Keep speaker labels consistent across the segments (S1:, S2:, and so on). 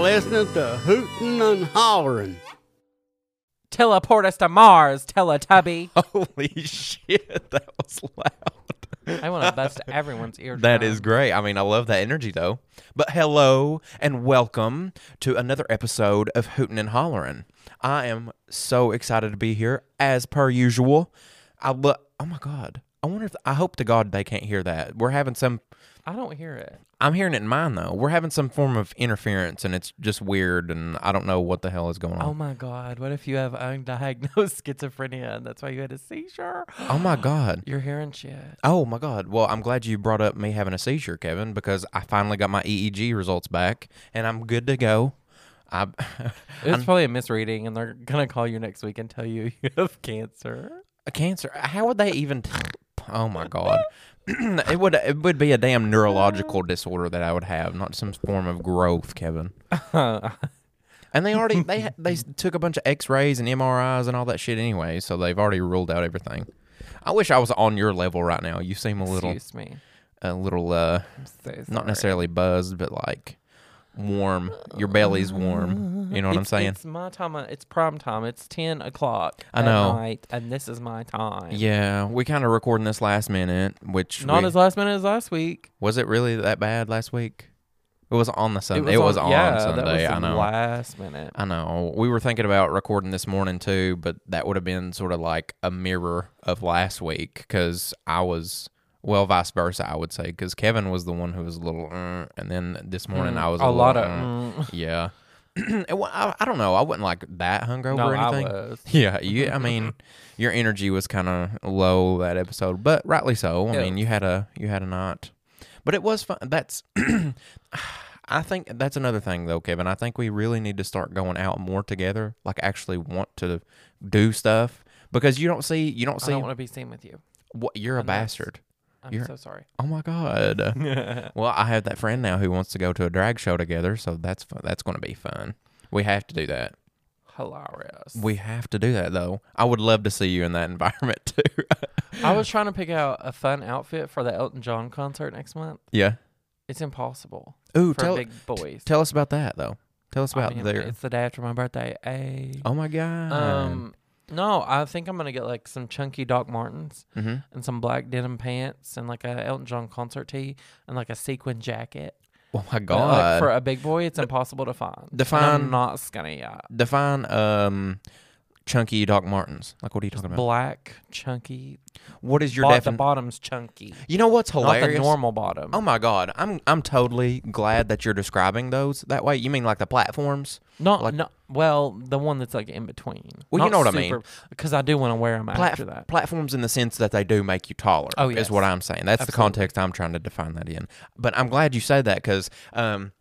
S1: listening to Hootin' and Hollering.
S2: Teleport us to Mars, Teletubby.
S3: Holy shit, that was loud.
S2: I want to bust everyone's eardrum.
S3: That is great. I mean, I love that energy though. But hello and welcome to another episode of Hootin' and Hollerin'. I am so excited to be here as per usual. I look. Oh my god. I wonder if I hope to God they can't hear that. We're having some.
S2: I don't hear it.
S3: I'm hearing it in mine though. We're having some form of interference, and it's just weird, and I don't know what the hell is going
S2: Oh
S3: on.
S2: my God. What if you have undiagnosed schizophrenia and that's why you had a seizure?
S3: oh my god.
S2: You're hearing shit.
S3: Oh my God. Well, I'm glad you brought up me having a seizure, Kevin, because I finally got my EEG results back and I'm good to go. I,
S2: It's probably a misreading, and they're gonna call you next week and tell you you have cancer.
S3: a cancer. How would they even? oh my God. it would it would be a damn neurological disorder that I would have, not some form of growth, Kevin. And they already they they s- took a bunch of X-rays and MRIs and all that shit anyway, so they've already ruled out everything. I wish I was on your level right now. You seem a little
S2: Excuse me.
S3: a little uh
S2: I'm so sorry.
S3: not necessarily buzzed, but like warm. Your belly's warm. You know what I'm
S2: It's-
S3: saying?
S2: It's my time. uh, It's prime time. It's ten o'clock.
S3: I
S2: at
S3: know.
S2: night, and this is my time.
S3: Yeah, we kind of recording this last minute, which
S2: Not
S3: we-
S2: as last minute as last week.
S3: was it really that bad last week? It was on the Sunday. It was, on,
S2: yeah,
S3: Sunday.
S2: That was
S3: I know.
S2: Last minute.
S3: I know. We were thinking about recording this morning too, but that would have been sort of like a mirror of last week because I was. Well, vice versa, I would say, because Kevin was the one who was a little, uh, and then this morning I was a,
S2: a
S3: little,
S2: lot of.
S3: uh,
S2: mm.
S3: Yeah. It wa- I, I don't know. I wasn't like that hungover
S2: No,
S3: or
S2: I
S3: anything.
S2: was.
S3: Yeah, you. I mean, your energy was kind of low that episode, but rightly so. I
S2: Yeah.
S3: mean, you had a you had a night, but it was fun. That's. I think that's another thing though, Kevin. I think we really need to start going out more together. Like actually want to do stuff because you don't see you don't
S2: I
S3: see
S2: don't want to be seen with you.
S3: what you're a
S2: and that's-
S3: bastard.
S2: I'm
S3: You're-
S2: so sorry.
S3: Oh my god. Well, I have that friend now who wants to go to a drag show together, so that's fun. that's going to be fun. We have to do that.
S2: Hilarious.
S3: We have to do that though. I would love to see you in that environment too.
S2: I was trying to pick out a fun outfit for the Elton John concert next month.
S3: yeah.
S2: It's impossible.
S3: Ooh,
S2: for
S3: tell
S2: big boys.
S3: tell us about that though. Tell us
S2: I
S3: about
S2: mean,
S3: their.
S2: It's the day after my birthday. Ay.
S3: Oh my god.
S2: Um, no, I think I'm gonna get like some chunky Doc Martens
S3: Mhm.
S2: and some black denim pants and like a Elton John concert tee and like a sequin jacket.
S3: Oh
S2: But,
S3: my
S2: like,
S3: god.
S2: for a big boy, it's impossible to find. And
S3: Define-
S2: I'm not skinny yet.
S3: Define um, chunky Doc Martens. Like what are you talking about?
S2: Black, chunky.
S3: what is your
S2: Bo- the
S3: definition?
S2: bottom's chunky,
S3: you know what's
S2: not the
S3: hilarious?
S2: normal bottom.
S3: Oh my god. I'm I'm totally glad that you're describing those that way. You mean like the platforms?
S2: Not,
S3: Like-
S2: no- well, the one that's like in between.
S3: Well, you know what I mean.
S2: Because I do want to wear them
S3: Plat-
S2: after that.
S3: platforms in the sense that they do make you taller.
S2: Oh,
S3: is
S2: yes.
S3: what I'm saying. That's the
S2: Absolutely.
S3: context I'm trying to define that in. But I'm glad you said that because um,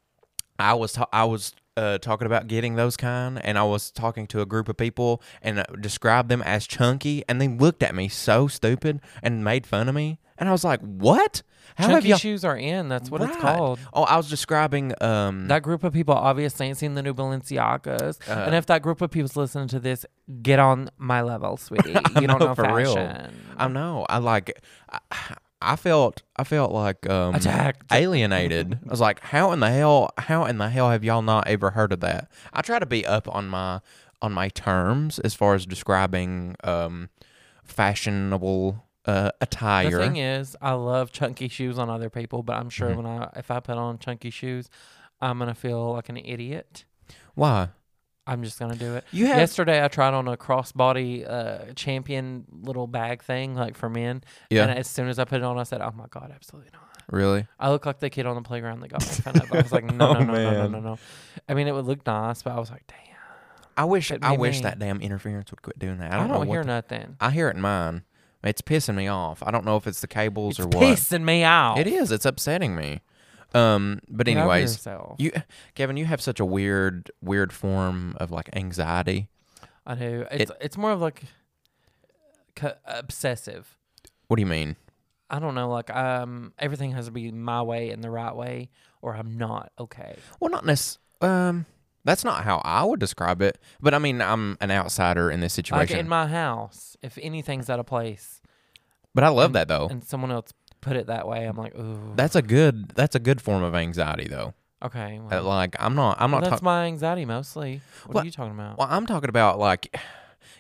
S3: I was ta- I was uh, talking about getting those kind, and I was talking to a group of people and uh, described them as chunky, and they looked at me so stupid and made fun of me, and I was like, "What? How
S2: Chunky
S3: y'all-
S2: shoes are in. That's what it's
S3: Right.
S2: called.
S3: Oh, I was describing um,
S2: That group of people obviously ain't seen the new Balenciagas.
S3: Uh-huh.
S2: and if that group of people's listening to this, get on my level, sweetie. You don't
S3: know,
S2: know
S3: for real.
S2: fashion.
S3: I know. I like. I, I felt. I felt like um,
S2: Attacked. Mm-hmm.
S3: alienated. I was like, how in the hell? How in the hell have y'all not ever heard of that? I try to be up on my on my terms as far as describing um, fashionable uh, attire.
S2: The thing is, I love chunky shoes on other people, but I'm
S3: Mm-hmm.
S2: sure when I if I put on chunky shoes, I'm gonna feel like an idiot.
S3: Why?
S2: I'm just gonna do it.
S3: You have-
S2: Yesterday, I tried on a crossbody uh, champion little bag thing, like for men.
S3: Yeah.
S2: And as soon as I put it on, I said, "Oh my god, absolutely not."
S3: Really?
S2: I look like the kid on the playground that got made fun of. I was like, no,
S3: Oh,
S2: no, no, no, no, no, no. I mean, it would look nice, but I was like, damn,
S3: I wish.
S2: That
S3: I
S2: made
S3: wish
S2: me-
S3: that damn interference would quit doing that. I
S2: I
S3: don't,
S2: don't,
S3: know. what
S2: hear
S3: the-
S2: nothing.
S3: I hear it in mine. It's pissing me off. I don't know if it's the cables
S2: It's
S3: or what.
S2: pissing me off.
S3: It is. It's upsetting me. Um, but
S2: Get over
S3: anyways,
S2: yourself.
S3: You, Kevin, you have such a weird, weird form of like anxiety.
S2: I know. It's it's more of like c- obsessive.
S3: What do you mean?
S2: I don't know. Like, um, everything has to be my way and the right way, or I'm not okay.
S3: Well, not necessarily. Um, that's not how I would describe it. But I mean, I'm an outsider in this
S2: Like
S3: situation.
S2: in my house, if anything's out of place
S3: but I love that though.
S2: and someone else put it that way, I'm like, ooh.
S3: That's a good. That's a good form of anxiety though.
S2: Okay.
S3: Uh,
S2: Well,
S3: Like I'm not. I'm
S2: well,
S3: not
S2: that's
S3: talking.
S2: my anxiety mostly. What
S3: Well,
S2: are you talking about?
S3: Well, I'm talking about like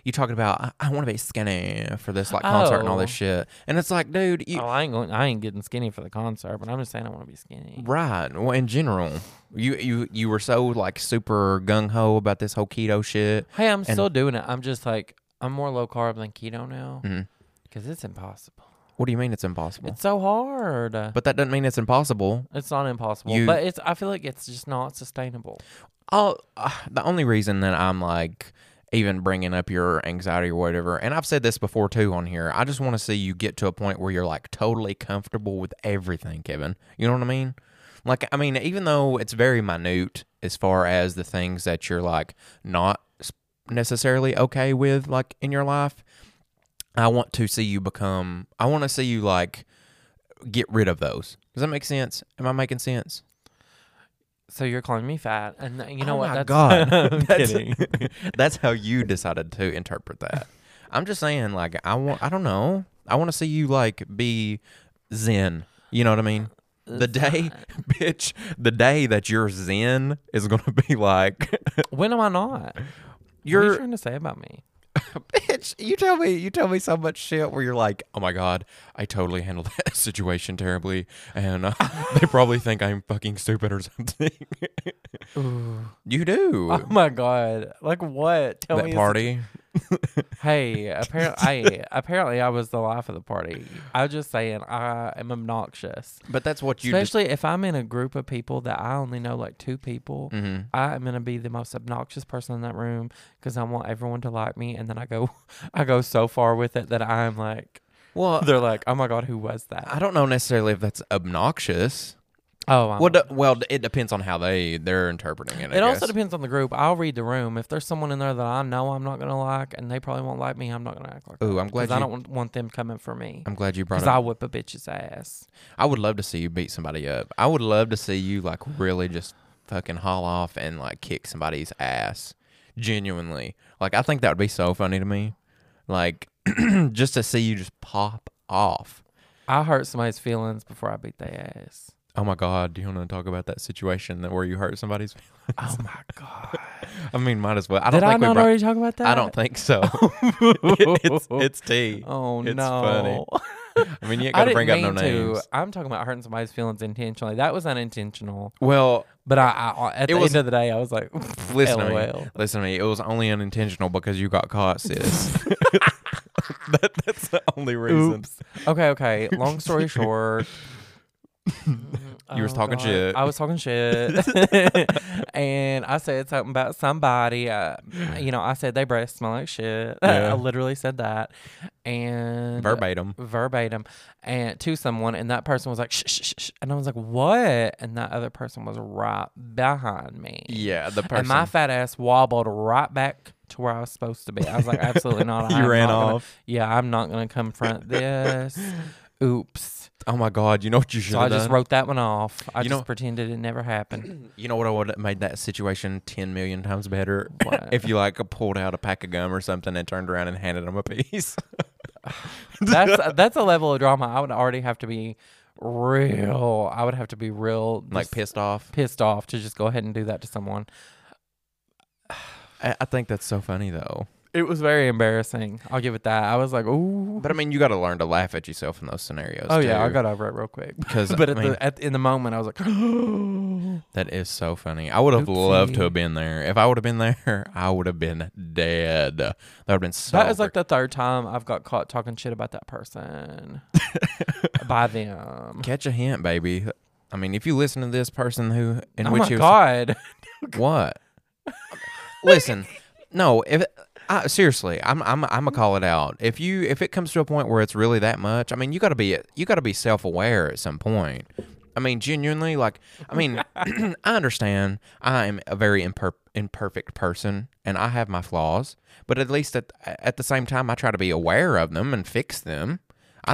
S3: you talking about I, I want to be skinny for this like concert and all this
S2: Oh.
S3: shit, and it's like, dude, you
S2: oh, I ain't going. I ain't getting skinny for the concert, but I'm just saying I want to be skinny.
S3: right? Well, in general, you you you were so like super gung ho about this whole keto shit.
S2: Hey, I'm still doing it. I'm just like I'm more low carb than keto now
S3: Mhm.
S2: because it's impossible.
S3: What do you mean it's impossible?
S2: It's so hard. But
S3: but that doesn't mean it's impossible.
S2: it's not impossible,
S3: you-
S2: but it's. I feel like it's just not sustainable.
S3: I'll, uh, the only reason that I'm like even bringing up your anxiety or whatever, and I've said this before too on here, I just want to see you get to a point where you're like totally comfortable with everything, Kevin. You know what I mean? Like, I mean, even though it's very minute as far as the things that you're like not s- necessarily okay with, like in your life, I want to see you become, I want to see you like get rid of those. Does that make sense? Am I making sense?
S2: So you're calling me fat, and th- you know
S3: oh
S2: what?
S3: My
S2: that's,
S3: God,
S2: I'm
S3: That's-
S2: kidding.
S3: that's how you decided to interpret that. I'm just saying, like, I want. I don't know. I want to see you like be zen. You know what I mean? The day, bitch, the day that you're zen is gonna be like
S2: When am I not? what are you
S3: you're.
S2: trying to say about me?
S3: Bitch, you tell me, you tell me so much shit where you're like, oh my god, I totally handled that situation terribly, and uh, they probably think I'm fucking stupid or something. you do
S2: Oh my god! Like what? Tell me.
S3: that
S2: it's-
S3: party.
S2: Hey, apparently, I, apparently I was the life of the party. I'm just saying, I am obnoxious.
S3: But that's what you just-
S2: Especially if I'm in a group of people that I only know like two people,
S3: Mhm.
S2: I am gonna be the most obnoxious person in that room because I want everyone to like me, and then I go, I go so far with it that I'm like,
S3: Well,
S2: they're like, oh my god, who was that?
S3: I don't know necessarily if that's obnoxious.
S2: Oh, I'm
S3: Well, d- well, d- it depends on how they they're interpreting it. I
S2: It also
S3: guess.
S2: depends on the group. I'll read the room. If there's someone in there that I know I'm not gonna like, and they probably won't like me, I'm not gonna act like.
S3: Ooh, I'm
S2: that, 'cause
S3: glad
S2: I
S3: you-
S2: don't want- want them coming for me.
S3: I'm glad you brought
S2: Because
S3: it
S2: I
S3: up.
S2: whip a bitch's ass.
S3: I would love to see you beat somebody up. I would love to see you like really just fucking haul off and like kick somebody's ass. Genuinely, like I think that would be so funny to me. Like just to see you just pop off.
S2: I hurt somebody's feelings before I beat their ass.
S3: Oh my God! Do you want to talk about that situation that where you hurt somebody's?
S2: Oh my god!
S3: I mean, might as well. I don't
S2: Did I
S3: think we
S2: not
S3: brought.
S2: already talk about that?
S3: I don't think so. it's, it's tea.
S2: Oh
S3: It's
S2: no!
S3: I mean, you ain't
S2: I
S3: gotta
S2: didn't
S3: bring up
S2: mean
S3: no
S2: to.
S3: names.
S2: I'm talking about hurting somebody's feelings intentionally. That was unintentional.
S3: Well,
S2: But I, I at
S3: It
S2: the
S3: was-
S2: end of the day, I was like,
S3: listen to
S2: LOL.
S3: me. Listen to me. It was only unintentional because you got caught, sis. that, that's the only reason.
S2: Oops. Okay, okay. Long story short. Mm,
S3: You was talking shit.
S2: I was talking shit, and I said something about somebody. Uh, you know, I said they breath smell like shit.
S3: Yeah.
S2: I literally said that, and
S3: Verbatim.
S2: verbatim, and to someone, and that person was like, shh, shh, shh, shh," and I was like, what? And that other person was right behind me.
S3: Yeah, the
S2: And
S3: person.
S2: my fat ass wobbled right back to where I was supposed to be. I was like, absolutely not.
S3: You
S2: I'm
S3: ran
S2: not gonna-
S3: off.
S2: yeah, I'm not going to confront this. Oops.
S3: oh my God! You know what you should
S2: So I
S3: have
S2: just
S3: done?
S2: wrote that one off. I
S3: You
S2: just
S3: know-
S2: pretended it never happened.
S3: you know what I would have made that situation ten million times better
S2: What?
S3: if you like pulled out a pack of gum or something and turned around and handed them a piece.
S2: That's that's a level of drama I would already have to be real. I would have to be real
S3: like
S2: just
S3: pissed off.
S2: pissed off to just go ahead and do that to someone.
S3: I, I think that's so funny though.
S2: It was very embarrassing. I'll give it that. I was like, ooh.
S3: But I mean, you got to learn to laugh at yourself in those scenarios.
S2: Oh yeah, I
S3: too.
S2: got over it real quick.
S3: 'Cause,
S2: but
S3: I
S2: at
S3: mean-
S2: the at, in the moment, I was like,
S3: That is so funny. I would have loved to
S2: Oopsie.
S3: have been there. If I would have been there, I would have been dead. That would have been so.
S2: That is like
S3: frick-
S2: the third time I've got caught talking shit about that person by them.
S3: catch a hint, baby. I mean, if you listen to this person who in
S2: oh
S3: which
S2: my
S3: you
S2: god!
S3: what? listen, no. If I, seriously, I'm I'm I'm gonna call it out. If you if it comes to a point where it's really that much, I mean, you gotta be you gotta be self aware at some point. I mean, genuinely, like, I mean, I understand I am a very imper- imperfect person and I have my flaws, but at least at, at the same time, I try to be aware of them and fix them. I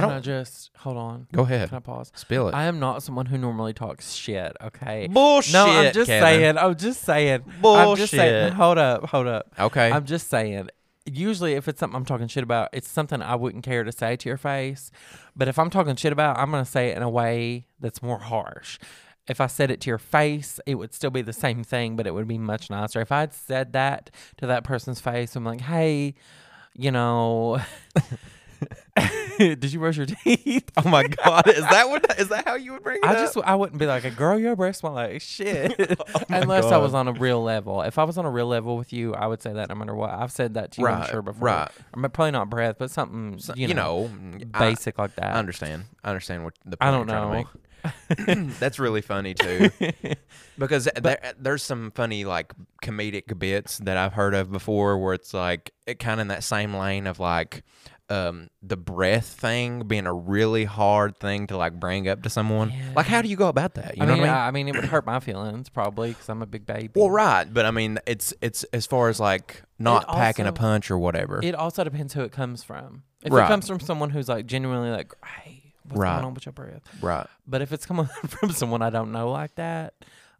S2: Can
S3: don't.
S2: I just hold on?
S3: Oh. go ahead.
S2: Can I pause?
S3: Spill it.
S2: I am not someone who normally talks shit. Okay.
S3: Bullshit.
S2: No, I'm just
S3: Kevin.
S2: saying. I'm just saying. I'm just saying.
S3: Bullshit.
S2: Hold up. Hold up.
S3: Okay.
S2: I'm just saying. Usually, if it's something I'm talking shit about, it's something I wouldn't care to say to your face. But if I'm talking shit about, I'm gonna say it in a way that's more harsh. If I said it to your face, it would still be the same thing, but it would be much nicer. If I had said that to that person's face, I'm like, hey, you know, did you brush your teeth?
S3: Oh my god, is that what? Is that how you would bring it
S2: I
S3: up?
S2: just I wouldn't be like a girl. Your breasts smell like shit. Unless I
S3: Oh God.
S2: was on a real level. If I was on a real level with you, I would say that no matter what. I've said that to you, I'm
S3: Right,
S2: sure before.
S3: right.
S2: I mean, probably not breath, but something
S3: So-
S2: you, know,
S3: I-
S2: basic like that.
S3: I, understand. I understand what the point
S2: I don't
S3: you're trying
S2: know.
S3: to make. That's really funny too, because there, there's some funny like comedic bits that I've heard of before, where it's like it kind of in that same lane of like um, the breath thing being a really hard thing to like bring up to someone. Like, how do you go about that? You
S2: I
S3: know
S2: mean,
S3: what I mean?
S2: I, I mean, it would hurt my feelings probably because I'm a big baby.
S3: Well, right, but I mean, it's it's as far as like not packing a
S2: also-
S3: punch or whatever.
S2: It also depends who it comes from. If
S3: Right.
S2: it comes from someone who's like genuinely like, hey, what's
S3: Right.
S2: going on with your breath?
S3: right.
S2: But if it's coming from someone I don't know like that,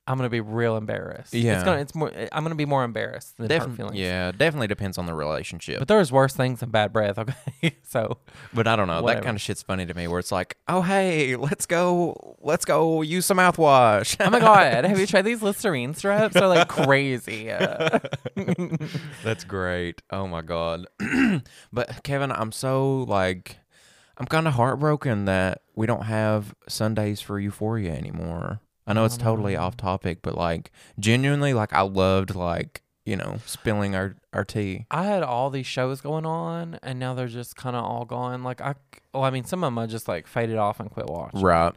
S2: I'm gonna be real embarrassed.
S3: Yeah.
S2: it's gonna it's more. I'm gonna be more embarrassed than hurt feelings.
S3: Definitely. Yeah, definitely depends on the relationship.
S2: But there's worse things than bad breath, okay? so
S3: But I don't know.
S2: Whatever.
S3: That kind of shit's funny to me where it's like, oh, hey, let's go, let's go use some mouthwash.
S2: Oh my god, have you tried these Listerine strips? They're like crazy. Uh,
S3: That's great. Oh my God. but Kevin, I'm so like, I'm kind of heartbroken that we don't have Sundays for Euphoria anymore. I know it's totally off topic, but like, genuinely, like, I loved, like, you know, spilling our, our tea.
S2: I had all these shows going on and now they're just kind of all gone. Like I well, I mean some of them I just like faded off and quit watching.
S3: Right.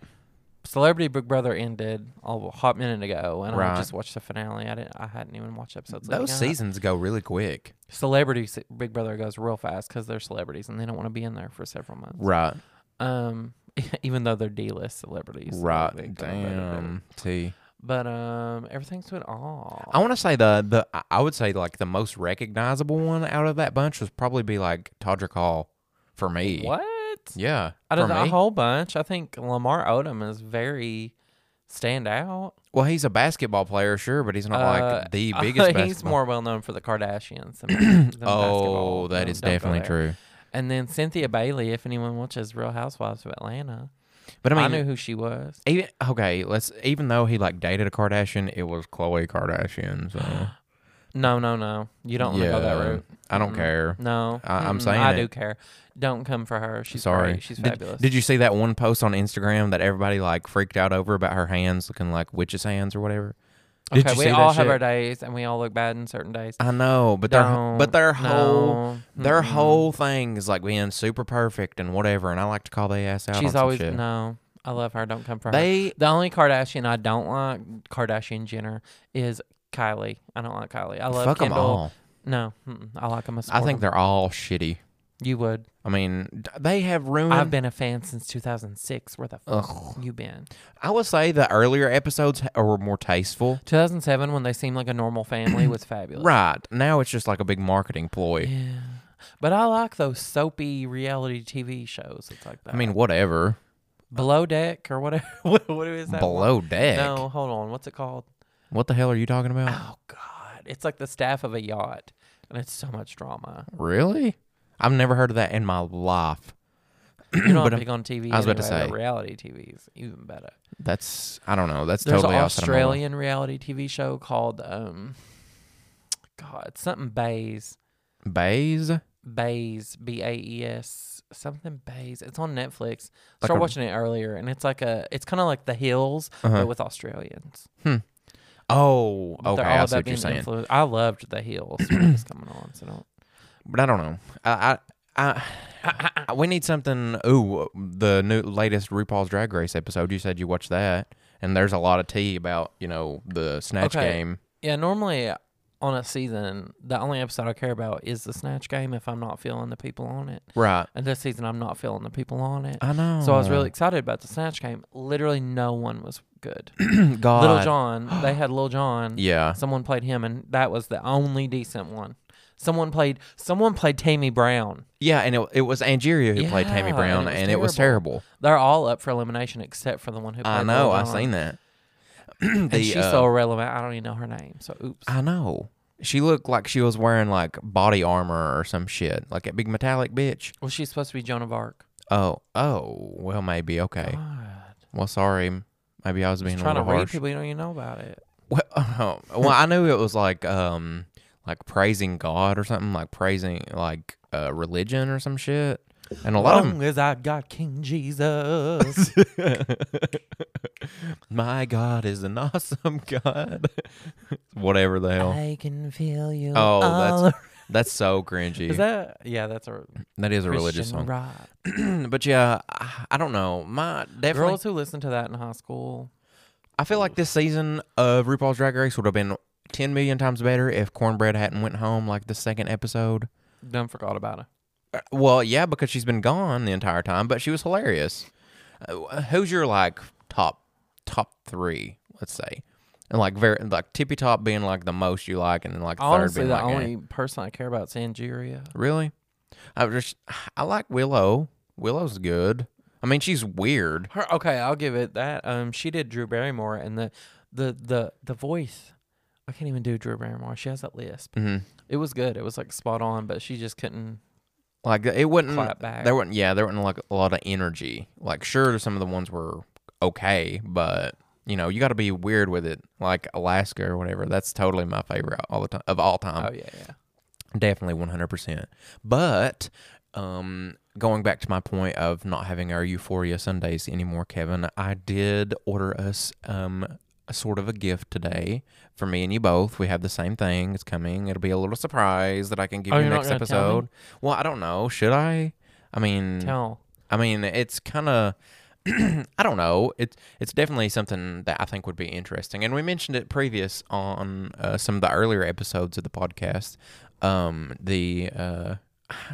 S2: Celebrity Big Brother ended a hot minute ago and
S3: Right.
S2: I just watched the finale. I didn't I hadn't even watched episodes. leading
S3: Those
S2: up.
S3: seasons go really quick.
S2: Celebrity Se- Big Brother goes real fast cuz they're celebrities and they don't want to be in there for several months.
S3: Right.
S2: Um even though they're D-list celebrities. like, they
S3: Right.
S2: kinda better do it.
S3: Damn. Tea.
S2: But um everything's went off.
S3: I want to say the the I- I would say like the most recognizable one out of that bunch was probably be like Todrick Hall for me.
S2: What?
S3: Yeah.
S2: Out of
S3: for
S2: the
S3: me.
S2: whole bunch, I think Lamar Odom is very stand out.
S3: well, he's a basketball player, sure, but he's not
S2: Uh,
S3: like the biggest.
S2: he's
S3: basketball-
S2: more well known for the Kardashians. Than, than basketball.
S3: Oh, that
S2: Um,
S3: is
S2: don't go
S3: definitely
S2: there.
S3: true.
S2: And then Cynthia Bailey, if anyone watches Real Housewives of Atlanta,
S3: But
S2: I,
S3: I mean,
S2: knew who she was.
S3: even okay, let's even though he like dated a Kardashian, it was Khloe Kardashian. So
S2: No, no, no. You don't want to go that
S3: Yeah,
S2: route.
S3: I don't
S2: Mm-mm.
S3: care.
S2: No,
S3: I- I'm
S2: Mm-mm.
S3: saying
S2: I
S3: it.
S2: do care. Don't come for her. She's
S3: Sorry,
S2: great. She's
S3: Did-
S2: fabulous.
S3: Did, you see that one post on Instagram that everybody like freaked out over about her hands looking like witches' hands or whatever? Did
S2: okay,
S3: you
S2: we
S3: see that
S2: all have
S3: shit?
S2: our days, and we all look bad in certain days.
S3: I know, but their but
S2: Don't.
S3: their whole
S2: No.
S3: their
S2: Mm-mm.
S3: whole thing is like being super perfect and whatever. And I like to call they ass out. on
S2: She's
S3: some
S2: always
S3: shit.
S2: no. I love her. Don't come for her.
S3: They
S2: The only Kardashian I don't like, Kardashian Jenner, is Kylie. I don't like Kylie. I love
S3: fuck them
S2: Kendall.
S3: all.
S2: No, mm-mm, I like them.
S3: I think they're all shitty.
S2: you would.
S3: I mean, d- they have ruined.
S2: I've been a fan since 2006. Where the fuck
S3: Mm. Ugh.
S2: you been?
S3: I would say the earlier episodes ha- were more tasteful.
S2: 2007, when they seemed like a normal family, was fabulous.
S3: Right now, it's just like a big marketing ploy.
S2: Yeah. But I like those soapy reality TV shows. It's like that.
S3: I mean, whatever.
S2: Below Deck or whatever. what, what is that? one?
S3: Below deck.
S2: No, hold on. What's it called?
S3: What the hell are you talking about?
S2: Oh God! It's like the staff of a yacht, and it's so much drama.
S3: Really? I've never heard of that in my life.
S2: You're not
S3: But, um,
S2: big on TV.
S3: I was about to
S2: anyway, but
S3: say.
S2: reality TV's even better.
S3: That's I don't know. That's
S2: There's
S3: totally
S2: an
S3: outside of my life.
S2: Australian reality TV show called um, God, something Bays,
S3: Bays.
S2: Bays, B A E S, something Bays. It's on Netflix.
S3: Like
S2: Started
S3: a-
S2: watching it earlier, and it's like a, it's kind of like The Hills,
S3: Uh-huh.
S2: but with Australians.
S3: Oh,
S2: But
S3: okay.
S2: They're all
S3: I
S2: about
S3: see what
S2: being
S3: you're saying.
S2: influ- I loved The Hills when it was coming on. So don't.
S3: but I don't know. I, I, I, I we need something. Ooh, the new latest RuPaul's Drag Race episode. You said you watched that, and there's a lot of tea about you know the snatch
S2: Okay.
S3: game.
S2: Yeah, normally on a season, the only episode I care about is the snatch game if I'm not feeling the people on it.
S3: Right.
S2: And this season, I'm not feeling the people on it.
S3: I know.
S2: So I was really excited about the snatch game. Literally, no one was good.
S3: God.
S2: Little John, they had Little John.
S3: Yeah.
S2: Someone played him, and that was the only decent one. Someone played. Someone played Tammy Brown.
S3: Yeah, and it, it was Angeria who played
S2: Yeah,
S3: Tammy
S2: and
S3: Brown,
S2: it was
S3: and it was terrible.
S2: They're all up for elimination except for the one who. Played
S3: I know.
S2: Little
S3: I
S2: John.
S3: seen that.
S2: And
S3: the,
S2: she's
S3: uh,
S2: so irrelevant. I don't even know her name. So oops.
S3: I know. She looked like she was wearing like body armor or some shit, like a big metallic bitch.
S2: well, she's supposed to be Joan of Arc.
S3: Oh, oh, well, maybe okay.
S2: God.
S3: Well, sorry. Maybe I was being a
S2: trying to
S3: little
S2: read
S3: harsh.
S2: people you don't even know about it.
S3: Well, oh, well, I knew it was like um like praising God or something like praising like uh, religion or some shit. And a lot of
S2: Long
S3: them,
S2: as I got King Jesus.
S3: my God is an awesome God. Whatever the hell.
S2: I can feel you.
S3: Oh,
S2: all
S3: that's-
S2: ar-
S3: That's so cringy.
S2: is that yeah? That's a
S3: that is a
S2: religious
S3: religious song.
S2: rock.
S3: but yeah, I, I don't know. My definitely,
S2: Girls who listen to that in high school.
S3: I feel like this season of RuPaul's Drag Race would have been ten million times better if Cornbread hadn't went home like the second episode.
S2: Done forgot about it.
S3: Uh, Well, yeah, because she's been gone the entire time, but she was hilarious. Uh, who's your like top top three? Let's say, and like very like tippy top being like the most you like, and then like
S2: Honestly,
S3: third
S2: the
S3: being like eh.
S2: only person I care about is Angeria.
S3: really. I was just I like Willow. Willow's good. I mean, she's weird.
S2: Her okay, I'll give it that. Um, she did Drew Barrymore, and the the the the voice. I can't even do Drew Barrymore. She has that lisp.
S3: hmm
S2: It was good. It was like spot on, but she just couldn't.
S3: Like it wouldn't.
S2: Clap back.
S3: Mm, There wouldn't. Yeah, there wouldn't like a lot of energy. Like sure, some of the ones were okay, but you know you got to be weird with it. Like Alaska or whatever. That's totally my favorite all the time of all time.
S2: Oh yeah, yeah.
S3: Definitely one hundred percent. But um, going back to my point of not having our Euphoria Sundays anymore, Kevin, I did order us um a sort of a gift today for me and you both. We have the same thing. It's coming. It'll be a little surprise that I can give
S2: Oh,
S3: you
S2: you're not
S3: next
S2: gonna tell me?
S3: episode. Well, I don't know. Should I? I mean,
S2: Tell.
S3: I mean, it's kind of I don't know. It's it's definitely something that I think would be interesting, and we mentioned it previous on uh, some of the earlier episodes of the podcast. Um, the uh,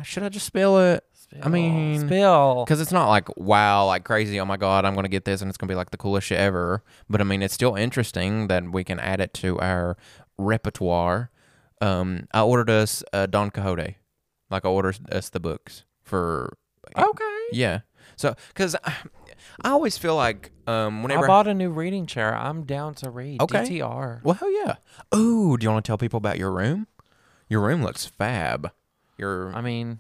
S3: should I just spell it?
S2: Spill.
S3: I mean,
S2: spill.
S3: Because it's not like wow, like crazy. Oh my god, I'm gonna get this, and it's gonna be like the coolest shit ever. But I mean, it's still interesting that we can add it to our repertoire. Um, I ordered us uh, Don Quixote, like I ordered us the books for
S2: Okay.
S3: yeah. So, because I, I always feel like um, whenever.
S2: I bought a new reading chair. I'm down to read.
S3: Okay.
S2: DTR.
S3: well, hell yeah. Ooh, do you want to tell people about your room? Your room looks fab. Your
S2: I mean,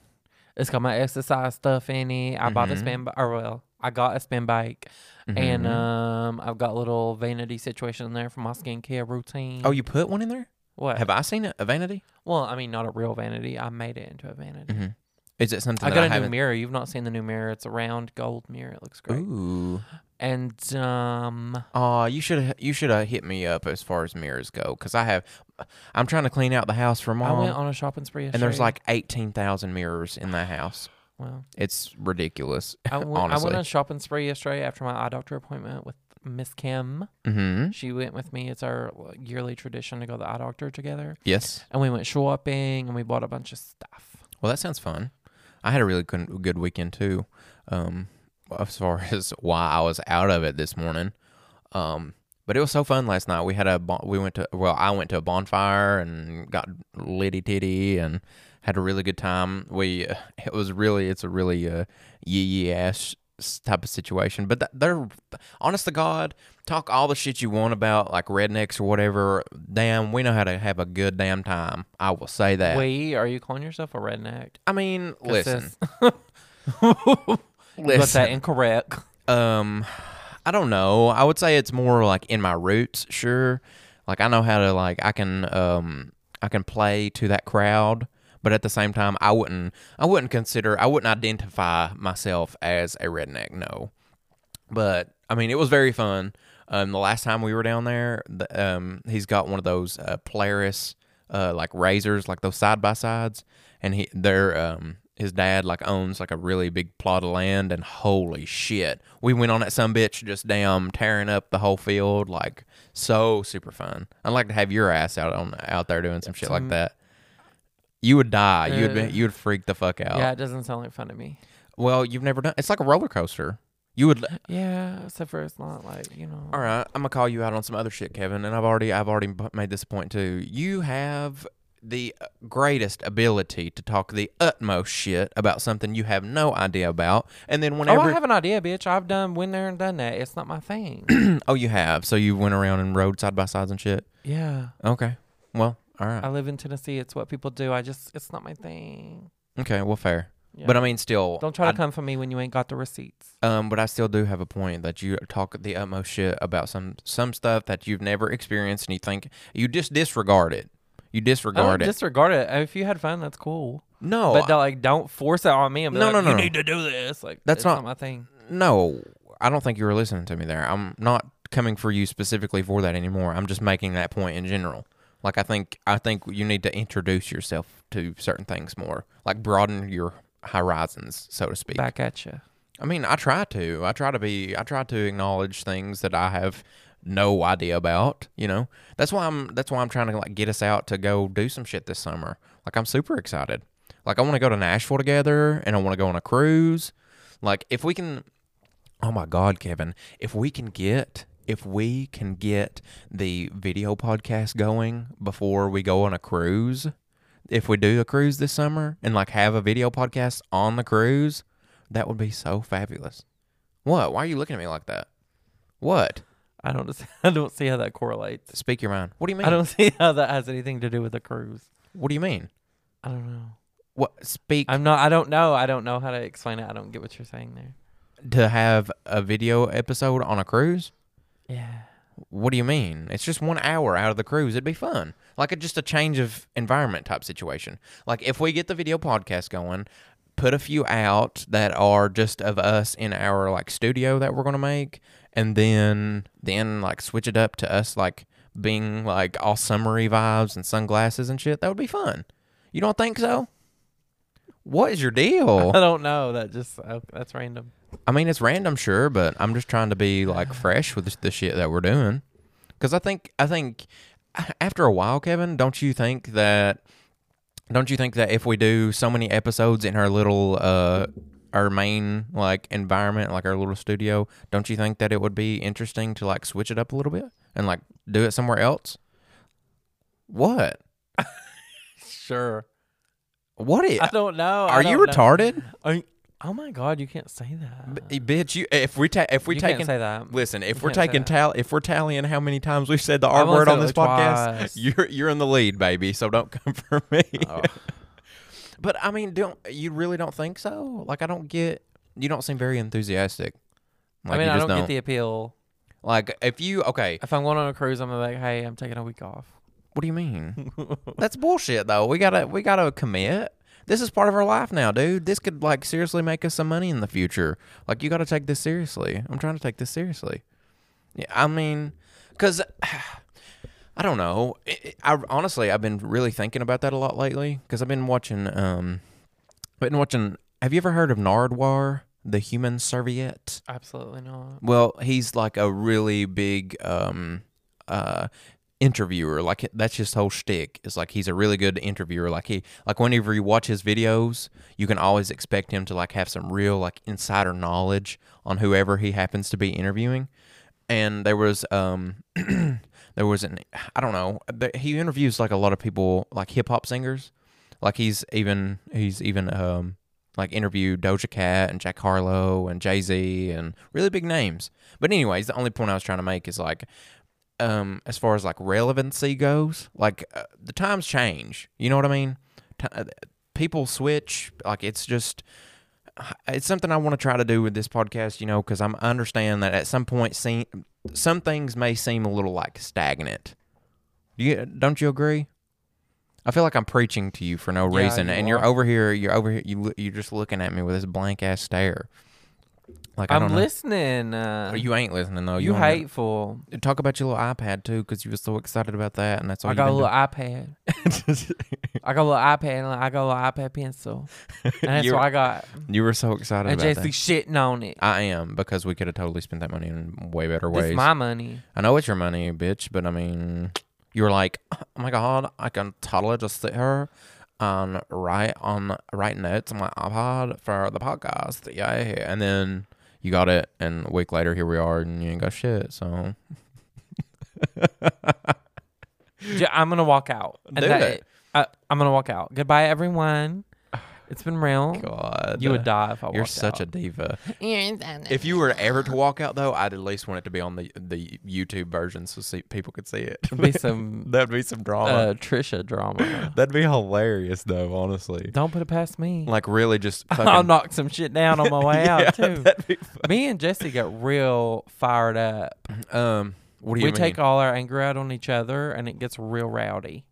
S2: it's got my exercise stuff in it. I bought a
S3: Mm-hmm.
S2: spin, bi- or well, I got a spin bike, and um, I've got a little vanity situation in there for my skincare routine.
S3: oh, you put one in there?
S2: what?
S3: Have I seen it? A vanity?
S2: well, I mean, not a real vanity. I made it into a vanity.
S3: Is it something
S2: I
S3: that
S2: got
S3: Mm-hmm. I
S2: a new
S3: haven't?
S2: mirror. You've not seen the new mirror. It's a round gold mirror. It looks great.
S3: Ooh.
S2: And um,
S3: Aw, you should you should have hit me up as far as mirrors go, because I have. I'm trying to clean out the house for
S2: I
S3: mom,
S2: went on a shopping spree.
S3: and there's like eighteen thousand mirrors in the house.
S2: well,
S3: It's ridiculous.
S2: I went, I
S3: honestly.
S2: went on a shopping spree yesterday after my eye doctor appointment with Miss Kim.
S3: mm-hmm.
S2: She went with me. It's our like, yearly tradition to go to the eye doctor together.
S3: Yes.
S2: and we went shopping and we bought a bunch of stuff.
S3: Well, that sounds fun. I had a really good, good weekend too. Um, as far as why I was out of it this morning, um, but it was so fun last night. We had a bon- we went to well, I went to a bonfire and got litty titty and had a really good time. We uh, it was really it's a really uh, yee yee ass s- type of situation. But that, they're honest to God, talk all the shit you want about like rednecks or whatever. Damn, we know how to have a good damn time. I will say that.
S2: We are you calling yourself a redneck?
S3: I mean,
S2: 'Cause
S3: listen.
S2: sis- you got
S3: Listen.
S2: that incorrect.
S3: Um, I don't know. I would say it's more like in my roots. Sure, like I know how to like I can um I can play to that crowd, but at the same time, I wouldn't I wouldn't consider I wouldn't identify myself as a redneck. No, but I mean it was very fun. Um, the last time we were down there, the, um, he's got one of those uh, Polaris uh like razors, like those side by sides, and he they're um his dad like owns like a really big plot of land and holy shit we went on that some bitch just damn tearing up the whole field like so super fun i'd like to have your ass out on out there doing some shit like that you would die you would
S2: Uh,
S3: be you would freak the fuck out
S2: Yeah, it doesn't sound like fun to me.
S3: well you've never done it's like a roller coaster you would
S2: Yeah, except for it's not like you know.
S3: All right, I'm gonna call you out on some other shit, Kevin, and I've already I've already bu- made this point too. You have the uh, greatest ability to talk the utmost shit about something you have no idea about, and then
S2: Oh,
S3: whenever
S2: I have an idea, bitch. I've done went there and done that. It's not my thing.
S3: oh you have, so you went around and rode side by sides and shit.
S2: yeah,
S3: Okay, well, all
S2: I
S3: right,
S2: live in Tennessee. It's what people do. I just it's not my thing.
S3: okay, well, fair. But I mean, still,
S2: don't try to
S3: I-
S2: come for me when you ain't got the receipts.
S3: Um, but I still do have a point that you talk the utmost shit about some some stuff that you've never experienced, and you think you just disregard it.
S2: I
S3: You
S2: don't
S3: disregard it.
S2: Oh, Disregard it. If you had fun, that's cool.
S3: no,
S2: but they're like, don't force it on me. And be
S3: Oh, No,
S2: like,
S3: no,
S2: You
S3: no, no.
S2: need to do this. Like
S3: That's
S2: it's
S3: not-
S2: my thing.
S3: no. I don't think you were listening to me there. I'm not coming for you specifically for that anymore. I'm just making that point in general. Like I think I think you need to introduce yourself to certain things more, like broaden your horizons, so to speak.
S2: Back at you.
S3: I mean, I try to. I try to be. I try to acknowledge things that I have no idea about. You know, that's why I'm. That's why I'm trying to like get us out to go do some shit this summer. Like I'm super excited. Like I want to go to Nashville together, and I want to go on a cruise. Like if we can. Oh my God, Kevin! If we can get. If we can get the video podcast going before we go on a cruise, if we do a cruise this summer and like have a video podcast on the cruise, that would be so fabulous. What? Why are you looking at me like that? What?
S2: I don't. s- I don't see how that correlates.
S3: Speak your mind. What do you mean?
S2: I don't see how that has anything to do with the cruise.
S3: What do you mean?
S2: I don't know.
S3: What? Speak
S2: I'm not. I don't know. I don't know how to explain it. I don't get what you're saying there.
S3: to have a video episode on a cruise?
S2: Yeah.
S3: What do you mean? It's just one hour out of the cruise. It'd be fun. Like a, just a change of environment type situation. Like if we get the video podcast going, put a few out that are just of us in our like studio that we're gonna make, and then then like switch it up to us like being like all summery vibes and sunglasses and shit. That would be fun. You don't think so? What is your deal?
S2: I don't know. That just oh, that's random.
S3: I mean, it's random, sure, but I'm just trying to be like fresh with the shit that we're doing. Because I think, I think a- after a while, Kevin, don't you think that, don't you think that if we do so many episodes in our little, uh, our main like environment, like our little studio, don't you think that it would be interesting to like switch it up a little bit and like do it somewhere else? What?
S2: Sure.
S3: What? i-
S2: I don't know. I
S3: are you
S2: don't know.
S3: retarded?
S2: Are you- oh my God! You can't say that.
S3: B- bitch, you if we take if we
S2: you
S3: take
S2: can't say that.
S3: Listen, if we're
S2: can't say
S3: taking
S2: that.
S3: tally, if we're tallying how many times we've said the
S2: I've
S3: R
S2: only
S3: word
S2: said
S3: on
S2: it
S3: this
S2: like
S3: podcast,
S2: twice.
S3: you're you're in the lead, baby. So don't come for me. Oh. but I mean, don't you really don't think so? Like I don't get. You don't seem very enthusiastic. Like
S2: I mean,
S3: you
S2: I
S3: just
S2: don't, get the appeal.
S3: like if you okay.
S2: If I'm going on a cruise, I'm gonna be like, hey, I'm taking a week off.
S3: What do you mean? That's bullshit though. We gotta we gotta commit. This is part of our life now, dude. This could like seriously make us some money in the future. Like you gotta take this seriously. I'm trying to take this seriously. Yeah, I mean, cause I don't know. I, I honestly I've been really thinking about that a lot lately. Cause I've been watching um, I've been watching. Have you ever heard of Nardwar, the human serviette?
S2: Absolutely not.
S3: Well, he's like a really big um uh interviewer. Like that's his whole shtick. It's like he's a really good interviewer. Like he like whenever you watch his videos, you can always expect him to like have some real like insider knowledge on whoever he happens to be interviewing. And there was um there was an I don't know th- he interviews like a lot of people like hip hop singers. Like he's even he's even um like interviewed Doja Cat and Jack Harlow and Jay Z and really big names. But anyways, the only point I was trying to make is like, um, as far as like relevancy goes, like uh, the times change. You know what I mean? T- uh, people switch. Like it's just. uh, It's something I want to try to do with this podcast, you know, because I'm I understand that at some point, seem, some things may seem a little like stagnant. You don't you agree? I feel like I'm preaching to you for no
S2: Yeah,
S3: reason,
S2: you
S3: and
S2: are.
S3: you're over here. You're over here. You lo- you're just looking at me with this blank ass stare. Like I
S2: I'm
S3: don't know.
S2: listening. Uh,
S3: Oh, you ain't listening though.
S2: you
S3: on your-
S2: hateful.
S3: Talk about your little iPad too, because you were so excited about that, and that's all
S2: I
S3: you
S2: got a little iPad. I got a little iPad. And I got a little iPad pencil. And that's
S3: You're-
S2: what I got.
S3: You were so excited
S2: And JC
S3: about that.
S2: shitting on it.
S3: I am because we could have totally spent that money in way better
S2: It's
S3: ways.
S2: my money.
S3: I know it's your money, bitch, but I mean, you were like, oh my god, I can totally just sit here and write on write notes on my iPad for the podcast, yeah. And then you got it, and a week later, here we are, and you ain't got shit. So
S2: J- I'm gonna walk out. And
S3: Do
S2: that
S3: it.
S2: uh, I, I'm gonna walk out. Goodbye, everyone. It's been real.
S3: God,
S2: You would die if I
S3: You're
S2: walked
S3: such a
S2: out.
S3: diva. If you were ever to walk out though, I'd at least want it to be on the the YouTube version so see, people could see it.
S2: It'd be some
S3: That'd be some
S2: uh,
S3: drama.
S2: Trisha drama.
S3: That'd be hilarious though, honestly.
S2: Don't put it past me.
S3: Like really, just
S2: I'll
S3: fucking,
S2: knock some shit down on my way
S3: Yeah,
S2: out too.
S3: that'd be fun.
S2: Me and Jesse got real fired up.
S3: Um, what do you
S2: we
S3: mean?
S2: take all our anger out on each other, and it gets real rowdy.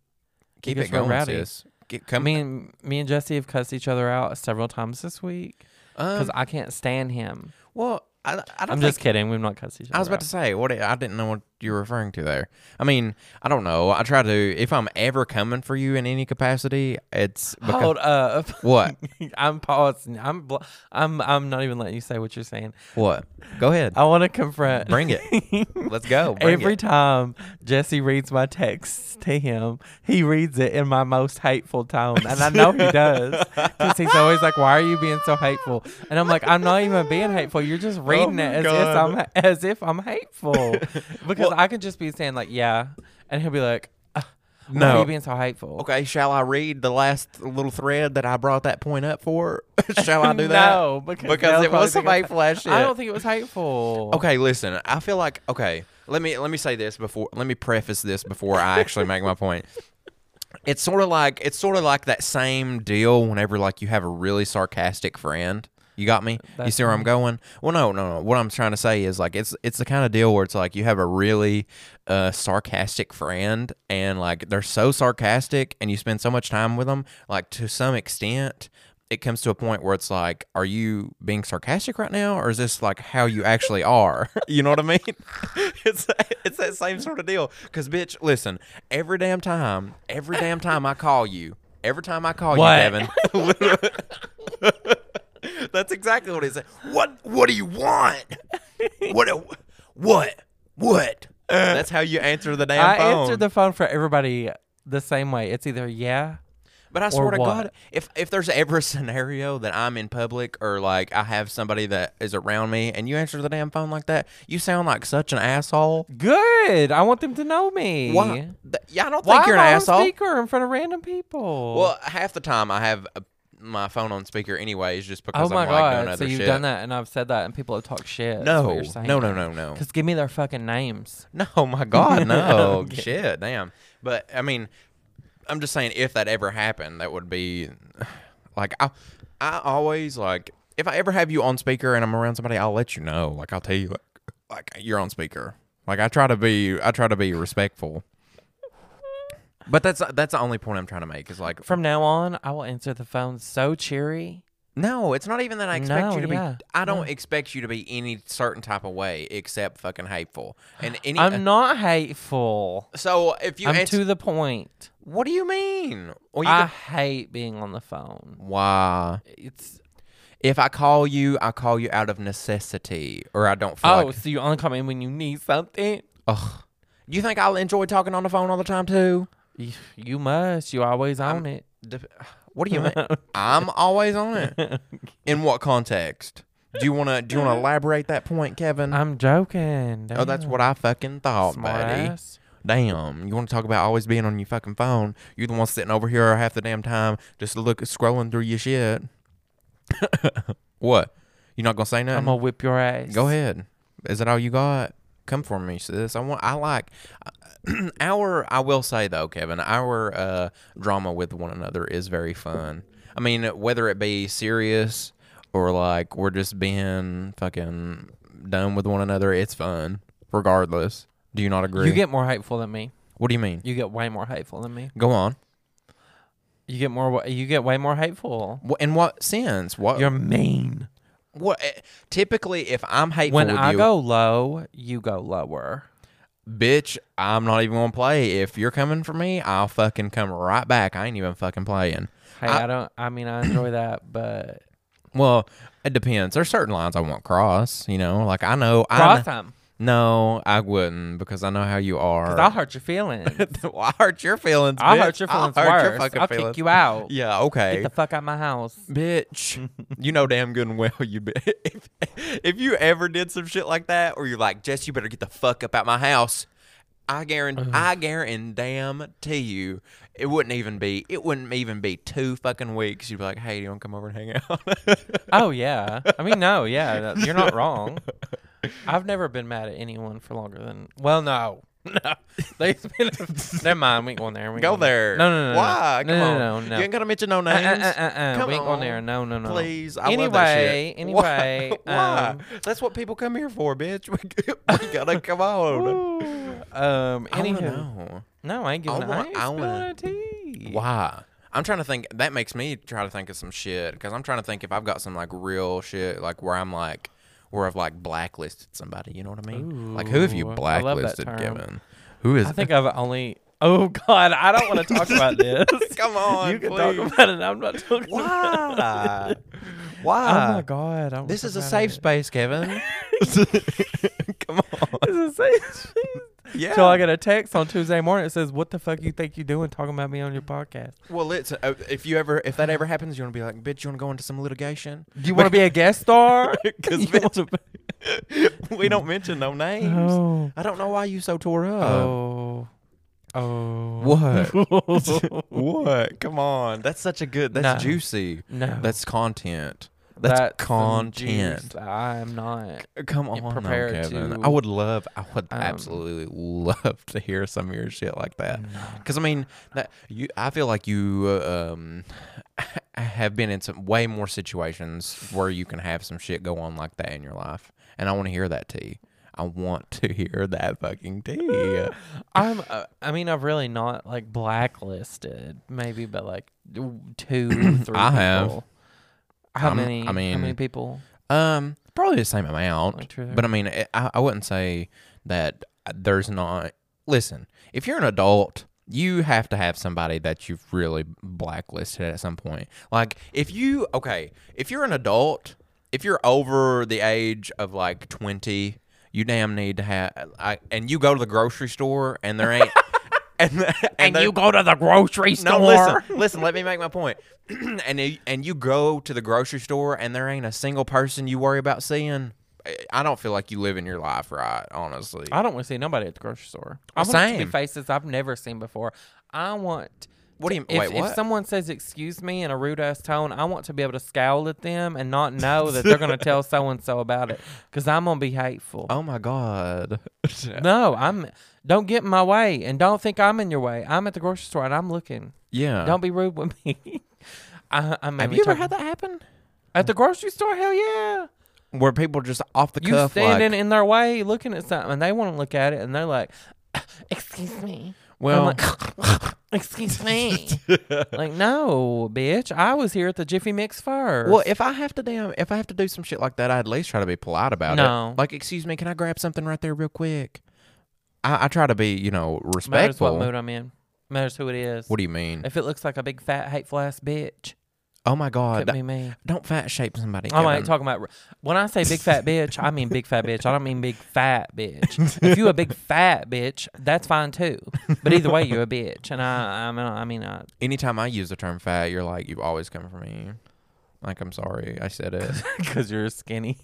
S3: keep
S2: because
S3: it
S2: we're
S3: going,
S2: rowdy.
S3: sis. Get,
S2: I
S3: come
S2: mean, me and Jesse have cussed each other out several times this week
S3: um,
S2: because I can't stand him.
S3: well, I, I don't
S2: I'm
S3: think-
S2: just kidding. We've not cussed each other.
S3: I was about
S2: out.
S3: to say what I didn't know what you were referring to there. I mean, I don't know. I try to if I'm ever coming for you in any capacity, it's because
S2: Hold up.
S3: what
S2: I'm pausing. I'm bl- I'm I'm not even letting you say what you're saying.
S3: what. Go ahead,
S2: I want to confront.
S3: bring it. Let's go. Bring
S2: Every
S3: it.
S2: time Jesse reads my texts to him, he reads it in my most hateful tone. And I know he does. Because he's always like, Why are you being so hateful? And I'm like, I'm not even being hateful. You're just reading
S3: Oh my
S2: it as if,
S3: God.
S2: I'm, as if I'm hateful. Because I could just be saying, like, yeah. And he'll be like, "Ugh, Why are
S3: No.
S2: you being so hateful?
S3: Okay, shall I read the last little thread that I brought that point up for? shall I do that?
S2: no, because,
S3: Because
S2: they'll
S3: it was some
S2: probably think
S3: hateful ass
S2: it's-
S3: shit.
S2: I don't think it was hateful.
S3: Okay, listen. I feel like okay. Let me let me say this before. Let me preface this before I actually make my point. It's sort of like it's sort of like that same deal. Whenever like you have a really sarcastic friend, you got me. you
S2: That's
S3: see where I'm going? Well, no, no, no. What I'm trying to say is like it's it's the kind of deal where it's like you have a really uh, sarcastic friend, and like they're so sarcastic, and you spend so much time with them. Like to some extent, it comes to a point where it's like, are you being sarcastic right now, or is this like how you actually are? you know what I mean? it's it's that same sort of deal. Cause bitch, listen, every damn time, every damn time I call you, every time I call
S2: What?
S3: you, Kevin. That's exactly what he said. What What do you want? What? What? What? That's how you answer the damn
S2: I
S3: phone.
S2: answered the phone for everybody the same way. It's either yeah
S3: But I swear to
S2: what?
S3: God, if if there's ever a scenario that I'm in public or like I have somebody that is around me and you answer the damn phone like that, you sound like such an asshole.
S2: Good. I want them to know me.
S3: Why? Th- yeah, I don't
S2: Why
S3: think you're
S2: am
S3: an
S2: I
S3: asshole.
S2: On speaker in front of random people.
S3: Well, half the time I have uh my phone on speaker anyways, just
S2: oh
S3: because
S2: my
S3: I'm like
S2: god!
S3: doing other
S2: so you've
S3: shit.
S2: done that, and I've said that, and people have talked shit.
S3: No, no, no, no, no.
S2: Because give me their fucking names.
S3: No, my God, no.
S2: Okay.
S3: Shit, damn. But I mean, I'm just saying, if that ever happened, that would be like I, I always like if I ever have you on speaker and I'm around somebody, I'll let you know. Like I'll tell you, like, like you're on speaker. Like I try to be, I try to be respectful. But that's that's the only point I'm trying to make is like
S2: From now on, I will answer the phone so cheery.
S3: no, it's not even that I expect
S2: No,
S3: you to
S2: yeah,
S3: be. I don't expect you to be any certain type of way except fucking hateful. And any uh,
S2: I'm not hateful.
S3: so if you
S2: I'm
S3: answer,
S2: to the point.
S3: what do you mean? Well, you
S2: I
S3: can-
S2: hate being on the phone.
S3: Why?
S2: It's
S3: If I call you, I call you out of necessity, or I don't feel
S2: oh,
S3: like.
S2: so you only call me when you need something.
S3: Ugh. You think I'll enjoy talking on the phone all the time too?
S2: You, you must. You always own it.
S3: Dep- What do you mean? I'm always on it. In what context? Do you wanna do you wanna elaborate that point, Kevin?
S2: I'm joking.
S3: oh, that's
S2: Damn.
S3: what I fucking thought,
S2: Smart
S3: buddy.
S2: ass.
S3: Damn, you want to talk about always being on your fucking phone? You're the one sitting over here half the damn time, just look scrolling through your shit. what? You not gonna say nothing?
S2: I'm gonna whip your ass.
S3: Hmm. Go ahead. Is that all you got? Come for me, sis. I want. I like our. I will say though, Kevin, our uh, drama with one another is very fun. I mean, whether it be serious or like we're just being fucking done with one another, it's fun regardless. Do you not agree?
S2: You get more hateful than me.
S3: what do you mean?
S2: You get way more hateful than me.
S3: Go on.
S2: You get more. wa- You get way more hateful.
S3: Wh- In what sense? What?
S2: You're mean.
S3: what? eh, Typically, if I'm hateful
S2: When
S3: with
S2: I
S3: you,
S2: go low, you go lower.
S3: bitch, I'm not even gonna play. If you're coming for me, I'll fucking come right back. I ain't even fucking playing.
S2: Hey, I, don't. I mean, I enjoy that, but
S3: Well, it depends. There's certain lines I won't cross. You know, like I know I
S2: cross
S3: kn-
S2: them
S3: no, I wouldn't because I know how you are.
S2: I'll hurt your feelings.
S3: Well, I hurt your feelings.
S2: I'll
S3: bitch.
S2: hurt your feelings
S3: I'll hurt
S2: worse.
S3: your fucking
S2: I'll
S3: feelings.
S2: kick you out.
S3: Yeah. Okay.
S2: Get the fuck out my house.
S3: bitch. you know damn good and well you be if, if you ever did some shit like that or you're like, Jess, you better get the fuck up out my house. I guarantee,
S2: Uh-huh.
S3: I guarantee, damn-tee you, it wouldn't even be, it wouldn't even be two fucking weeks. You'd be like, hey, do you want to come over and hang out?
S2: Oh yeah. I mean, no, yeah, that- you're not wrong. I've never been mad at anyone for longer than. Well, no, no. They've been. never mind. We ain't going there. We ain't
S3: Go
S2: going
S3: there.
S2: No, no, no. no,
S3: Why?
S2: No,
S3: Come
S2: no,
S3: on.
S2: no, no. no.
S3: You ain't gotta mention no
S2: Uh, uh,
S3: names.
S2: uh, uh,
S3: Come
S2: we ain't going
S3: on.
S2: there. No, no, no.
S3: Please, I
S2: anyway,
S3: love that shit.
S2: Anyway, um,
S3: Why? Why? That's what people come here for, bitch. We, we gotta come
S2: Um,
S3: on.
S2: ooh, um.
S3: I wanna
S2: Anywho,
S3: know.
S2: no, I ain't giving.
S3: I want-
S2: ain't
S3: I
S2: spilling
S3: wanna-
S2: a tea.
S3: Why? I'm trying to think. That makes me try to think of some shit because I'm trying to think if I've got some like real shit, like where I'm like, where I've like blacklisted somebody. You know what I mean? like who have you
S2: Ooh, I love that
S3: blacklisted,
S2: term.
S3: Kevin? Who is?
S2: I think I've only. Oh God, I don't want to talk about this.
S3: Come on,
S2: you can
S3: please.
S2: talk about it. I'm not talking. About it.
S3: Why?
S2: Oh
S3: Why?
S2: my God, I don't
S3: This
S2: wanna
S3: is a
S2: talk
S3: safe
S2: about
S3: space, Kevin. Come on.
S2: it. This is a safe space.
S3: Yeah.
S2: So I got a text on Tuesday morning. It says, "What the fuck you think you doing talking about me on your podcast?
S3: Well, listen. uh, If you ever, if that ever happens, you want to be like, bitch, you want to go into some litigation?
S2: Do you want to be a guest star?
S3: 'Cause
S2: You
S3: bitch-
S2: wanna be-
S3: we don't mention no names.
S2: No.
S3: I don't know why you so tore up.
S2: Oh. Oh.
S3: Uh, What? what? Come on. That's such a good. That's
S2: No.
S3: juicy.
S2: No.
S3: That's content. That's,
S2: some juice
S3: content.
S2: that I'm not.
S3: Uh, Come on, now,
S2: prepared
S3: Kevin.
S2: to,
S3: I would love, I would
S2: um,
S3: absolutely love to hear some of your shit like that. Because I mean, that you, I feel like you uh, um, have been in some way more situations where you can have some shit go on like that in your life, and I want to hear that tea. I want to hear that fucking tea.
S2: I'm. Uh, I mean, I've really not like blacklisted. Maybe, but like w- two, three.
S3: I have.
S2: people. How
S3: I'm-
S2: many?
S3: I
S2: how many
S3: mean,
S2: people?
S3: Um, probably the same amount,
S2: Like true there.
S3: but I mean, I, I wouldn't say that there's not. Listen, if you're an adult, you have to have somebody that you've really blacklisted at some point. Like, if you okay, if you're an adult, if you're over the age of like twenty, you damn need to have. I, and you go to the grocery store, and there ain't. And, and, there-
S2: go to the grocery
S3: no, listen, listen. Let me make my point. and you- and you go to the grocery store, and there ain't a single person you worry about seeing. I- I don't feel like you living your life right, honestly.
S2: I don't want to see nobody at the grocery store. I
S3: Well,
S2: want it to
S3: same.
S2: be faces I've never seen before. I want.
S3: What do you-
S2: if,
S3: wait, what?
S2: If someone says "excuse me" in a rude ass tone, I want to be able to scowl at them and not know that they're going to tell so and so about it because I'm going to be hateful.
S3: oh my god.
S2: No, I'm. Don't get in my way, and don't think I'm in your way. I'm at the grocery store and I'm looking.
S3: yeah.
S2: Don't be rude with me. I, I
S3: Uh. Have you ever had that happen?
S2: at the grocery store? Hell yeah!
S3: Where people just off the
S2: You
S3: cuff,
S2: standing
S3: like,
S2: in their way, looking at something, and they want to look at it, and they're like, "Excuse me."
S3: well,
S2: I'm like, excuse me. like, no, bitch. I was here at the Jiffy Mix first.
S3: well, if I have to damn, if I have to do some shit like that, I'd at least try to be polite about
S2: No.
S3: it. Like, excuse me, can I grab something right there real quick? I, I try to be, you know,
S2: matters
S3: respectful.
S2: what mood I'm in. Matters who it is.
S3: what do you mean?
S2: if it looks like a big fat hateful ass bitch,
S3: oh my
S2: could
S3: god,
S2: be me.
S3: don't fat shape somebody.
S2: I'm like
S3: Kevin.
S2: talking about when I say big fat bitch, I mean big fat bitch. I don't mean big fat bitch. if you a big fat bitch, that's fine too. But either way, you're a bitch, and I, I mean, I mean, I,
S3: anytime I use the term fat, you're like, you've always come for me. Like, I'm sorry, I said it.
S2: because you're skinny.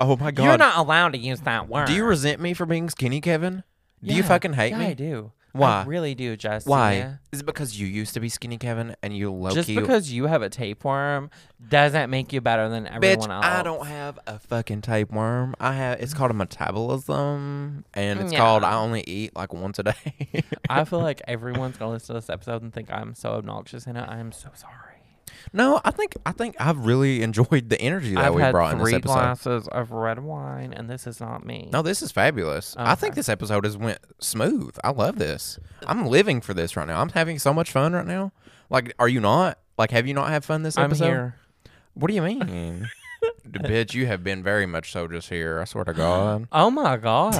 S3: oh my god.
S2: You're not allowed to use that word.
S3: do you resent me for being skinny, Kevin? Do you
S2: Yeah.
S3: fucking hate
S2: yeah,
S3: me?
S2: I do.
S3: Why?
S2: I really do, Justin.
S3: Why?
S2: yeah.
S3: Is it because you used to be skinny, Kevin, and you low
S2: Just
S3: key?
S2: because you have a tapeworm doesn't make you better than
S3: Bitch,
S2: everyone else.
S3: I don't have a fucking tapeworm. I have. It's called a metabolism, and it's
S2: Yeah.
S3: called I only eat like once a day.
S2: I feel like everyone's gonna listen to this episode and think I'm so obnoxious in it. I am so sorry.
S3: no, I think I think I've really enjoyed the energy that
S2: I've
S3: we
S2: had
S3: brought in this
S2: three
S3: episode.
S2: glasses of red wine, and this is not me.
S3: No, this is fabulous. I think
S2: Okay.
S3: this episode has went smooth. I love this. I'm living for this right now. I'm having so much fun right now. Like, are you not? Like, have you not had fun this
S2: I'm
S3: episode?
S2: here.
S3: What do you mean? D- Bitch, you have been very much so just here. I swear to God.
S2: Oh my god,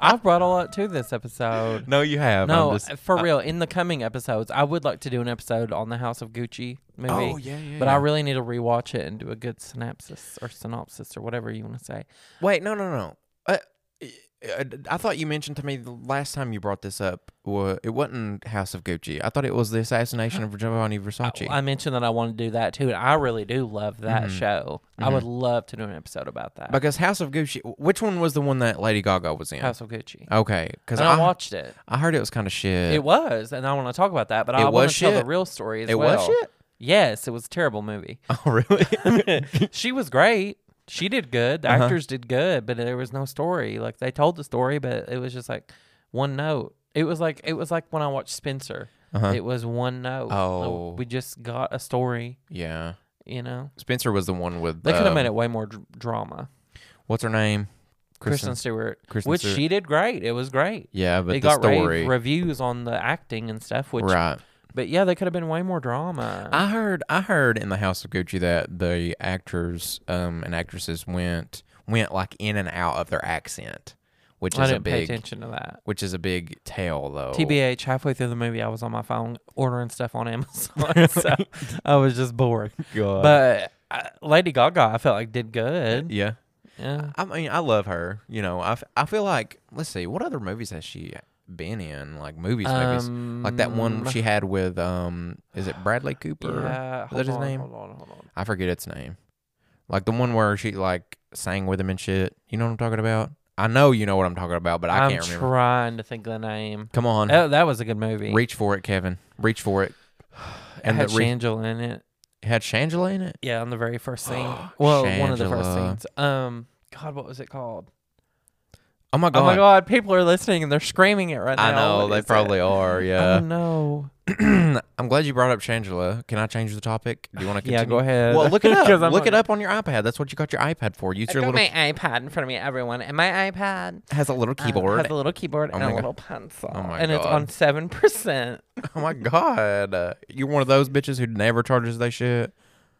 S2: I've brought a lot to this episode.
S3: No, you have.
S2: No, uh,
S3: uh,
S2: for real. In the coming episodes, I would like to do an episode on the House of Gucci movie.
S3: Oh, yeah, yeah,
S2: But I
S3: yeah.
S2: really need to rewatch it and do a good synopsis or synopsis or whatever you want to say.
S3: Wait, no, no, no. Uh, uh, I thought you mentioned to me the last time you brought this up. Well, it wasn't House of Gucci. I thought it was the assassination of Giovanni Versace.
S2: I mentioned that I want to do that too, and I really do love that
S3: Mm-hmm.
S2: show. I would love to do an episode about that.
S3: because House of Gucci, which one was the one that Lady Gaga was in?
S2: House of Gucci.
S3: Okay, because
S2: and I,
S3: Oh, I,
S2: watched it.
S3: I heard it was kind of shit.
S2: It was, and I want to talk about that, but I
S3: It
S2: want
S3: was
S2: to tell the
S3: shit.
S2: real story as
S3: It
S2: well.
S3: was shit?
S2: Yes, it was a terrible movie.
S3: oh really?
S2: she was great. She did good.
S3: Uh-huh.
S2: The actors did good, but there was no story. Like they told the story, but it was just like one note. It was like it was like when I watched Spencer. It was one note. Like,
S3: Uh-huh. Oh.
S2: we just got a story.
S3: yeah.
S2: You know,
S3: Spencer was the one with.
S2: they could have
S3: um,
S2: made it way more dr- drama.
S3: What's her name?
S2: Kristen, Stewart,
S3: Kristen
S2: which
S3: Stewart.
S2: she did great. It was great.
S3: Yeah, but
S2: it
S3: the
S2: got rave
S3: story.
S2: reviews on the acting and stuff. Which,
S3: right.
S2: but yeah, they could have been way more drama.
S3: I heard I heard in the House of Gucci that the actors um, and actresses went went like in and out of their accent, which
S2: I
S3: is a
S2: didn't pay
S3: big
S2: attention to that.
S3: which is a big tale though.
S2: TBH, halfway through the movie, I was on my phone ordering stuff on Amazon, so I was just bored.
S3: God.
S2: But uh, Lady Gaga, I felt like did good.
S3: yeah,
S2: Yeah,
S3: I mean I love her. You know, I, f- I feel like let's see what other movies has she been in like movies movies like that one
S2: Um,
S3: she had with um is it Bradley Cooper?
S2: yeah.
S3: Is that
S2: Hold
S3: his
S2: on,
S3: name?
S2: Hold on, hold on.
S3: I forget its name. Like the one where she like sang with him and shit. You know what I'm talking about? I know you know what I'm talking about, but I
S2: I'm
S3: can't remember.
S2: trying to think of the name.
S3: Come on.
S2: Oh, that was a good movie.
S3: Reach for it, Kevin. Reach for it.
S2: it
S3: And
S2: had
S3: the re-
S2: Shangela in it.
S3: it had Shangela in it.
S2: Yeah, on the very first scene. well, one of the first
S3: Shangela.
S2: scenes. Um, God, what was it called?
S3: Oh my god.
S2: Oh my God, people are listening and they're screaming it right now.
S3: I know
S2: What
S3: they
S2: is it?
S3: probably uh, are.
S2: Oh
S3: Yeah.
S2: no.
S3: I'm glad you brought up Shangela. Can I change the topic? Do you want to continue?
S2: Yeah, go ahead.
S3: Well, look it
S2: 'Cause I'm
S3: up. Look
S2: not-
S3: it up on your iPad. That's what you got your iPad for. Use
S2: I
S3: your
S2: got
S3: little
S2: my iPad in front of me, everyone, and my iPad
S3: has a little
S2: um,
S3: keyboard.
S2: has a little keyboard and
S3: my
S2: a
S3: God.
S2: little pencil,
S3: Oh my
S2: and it's
S3: God.
S2: on seven percent.
S3: Oh my god, uh, you're one of those bitches who never charges their shit.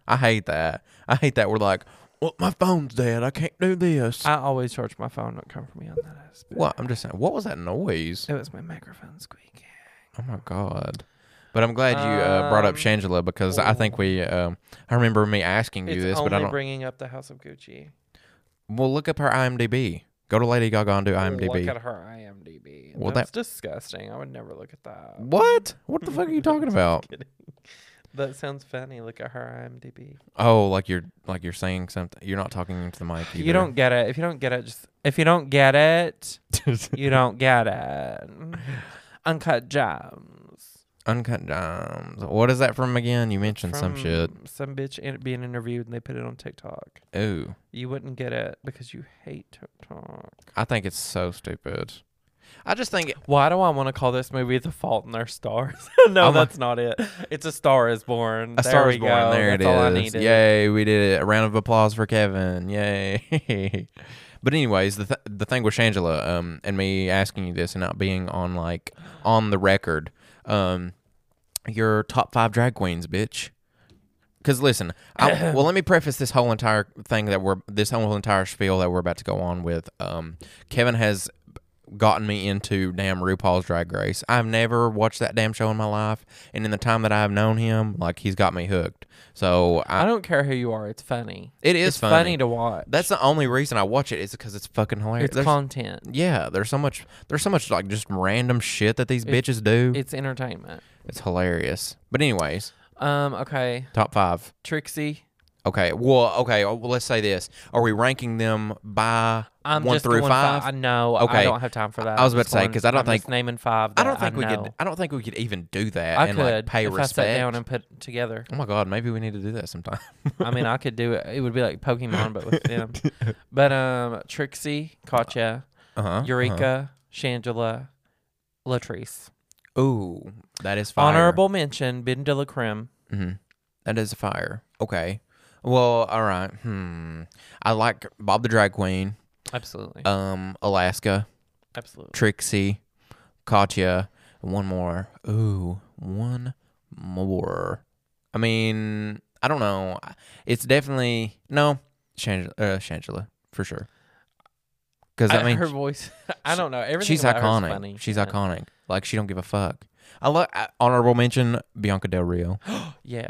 S3: I hate that. I hate that. We're like, well, my phone's dead. I can't do this.
S2: I always charge my phone. Don't come for me on that. It's bad.
S3: what? I'm just saying. What was that noise?
S2: It was my microphone squeaking.
S3: Oh my god. But I'm glad you uh, brought up
S2: Um,
S3: Shangela because I think we. Um, I remember me asking you
S2: It's
S3: this,
S2: only
S3: but I don't.
S2: bringing up the House of Gucci.
S3: well, look up her IMDb. Go to Lady Gaga and do
S2: Look
S3: IMDb.
S2: at her IMDb.
S3: Well,
S2: That's disgusting. I would never look at that.
S3: what? What the fuck are you talking about?
S2: Kidding. That sounds funny. Look at her IMDb.
S3: Oh, like you're like you're saying something. You're not talking into the mic. Either.
S2: You don't get it. If you don't get it, just if you don't get it, you don't get it. Uncut gems.
S3: Uncut dimes. What is that from again? You mentioned some
S2: from
S3: shit.
S2: Some bitch in, being interviewed and they put it on TikTok.
S3: Ooh,
S2: You wouldn't get it because you hate TikTok.
S3: I think it's so stupid. I just think
S2: Why do I want to call this movie The Fault in Our Stars? no,
S3: Oh my-
S2: that's not it. It's A Star is Born.
S3: a
S2: there
S3: star
S2: we
S3: is born.
S2: Go.
S3: There
S2: that's
S3: it is.
S2: all I needed.
S3: Yay, we did it. A round of applause for Kevin. Yay. but anyways, the th- the thing with Shangela um and me asking you this and not being on like on the record um your top 5 drag queens, bitch. Cuz listen, I, well let me preface this whole entire thing that we're this whole entire spiel that we're about to go on with um Kevin has gotten me into damn RuPaul's Drag Race. I've never watched that damn show in my life, and in the time that I've known him, like he's got me hooked. So I,
S2: I don't care who you are. It's funny.
S3: it is
S2: It's
S3: funny.
S2: funny to watch.
S3: That's the only reason I watch it is because it's fucking hilarious.
S2: It's
S3: There's-
S2: content.
S3: yeah, there's so much. There's so much like just random shit that these bitches do.
S2: It's entertainment.
S3: it's hilarious. But anyways,
S2: Um. Okay.
S3: top five.
S2: Trixie.
S3: Okay. Well, okay. oh, Well, let's say this. Are we ranking them by
S2: I'm
S3: one
S2: just
S3: through
S2: doing
S3: five?
S2: I know. I
S3: Okay.
S2: don't have time for that.
S3: I was
S2: I'm
S3: about
S2: just
S3: to say,
S2: going-
S3: 'cause I don't
S2: I'm just
S3: think-
S2: naming five. that
S3: I don't think we
S2: know.
S3: could. I don't think we could even do that
S2: I
S3: and
S2: could
S3: like pay
S2: if
S3: respect.
S2: I sat down and put together.
S3: Oh my god, maybe we need to do that sometime.
S2: I mean, I could do it. It would be like Pokemon, but with them. But um, Trixie, Katya,
S3: Uh-huh.
S2: Eureka, Shangela, Latrice.
S3: uh-huh. Ooh, that is fire.
S2: Honorable mention: Ben de la Creme.
S3: Mhm. That is fire. Okay. Well, all right. Hmm. I like Bob the Drag Queen,
S2: Absolutely,
S3: um, Alaska,
S2: absolutely.
S3: Trixie, Katya, and one more. Ooh, one more. I mean, I don't know. It's definitely no Shangela, uh, Shangela for sure. Because I
S2: I-
S3: mean,
S2: her voice. I don't know. Everything
S3: she's
S2: about her is
S3: iconic.
S2: funny.
S3: She's
S2: Yeah.
S3: uh, iconic. Like she don't give a fuck. I love honorable mention Bianca Del Rio.
S2: Yeah.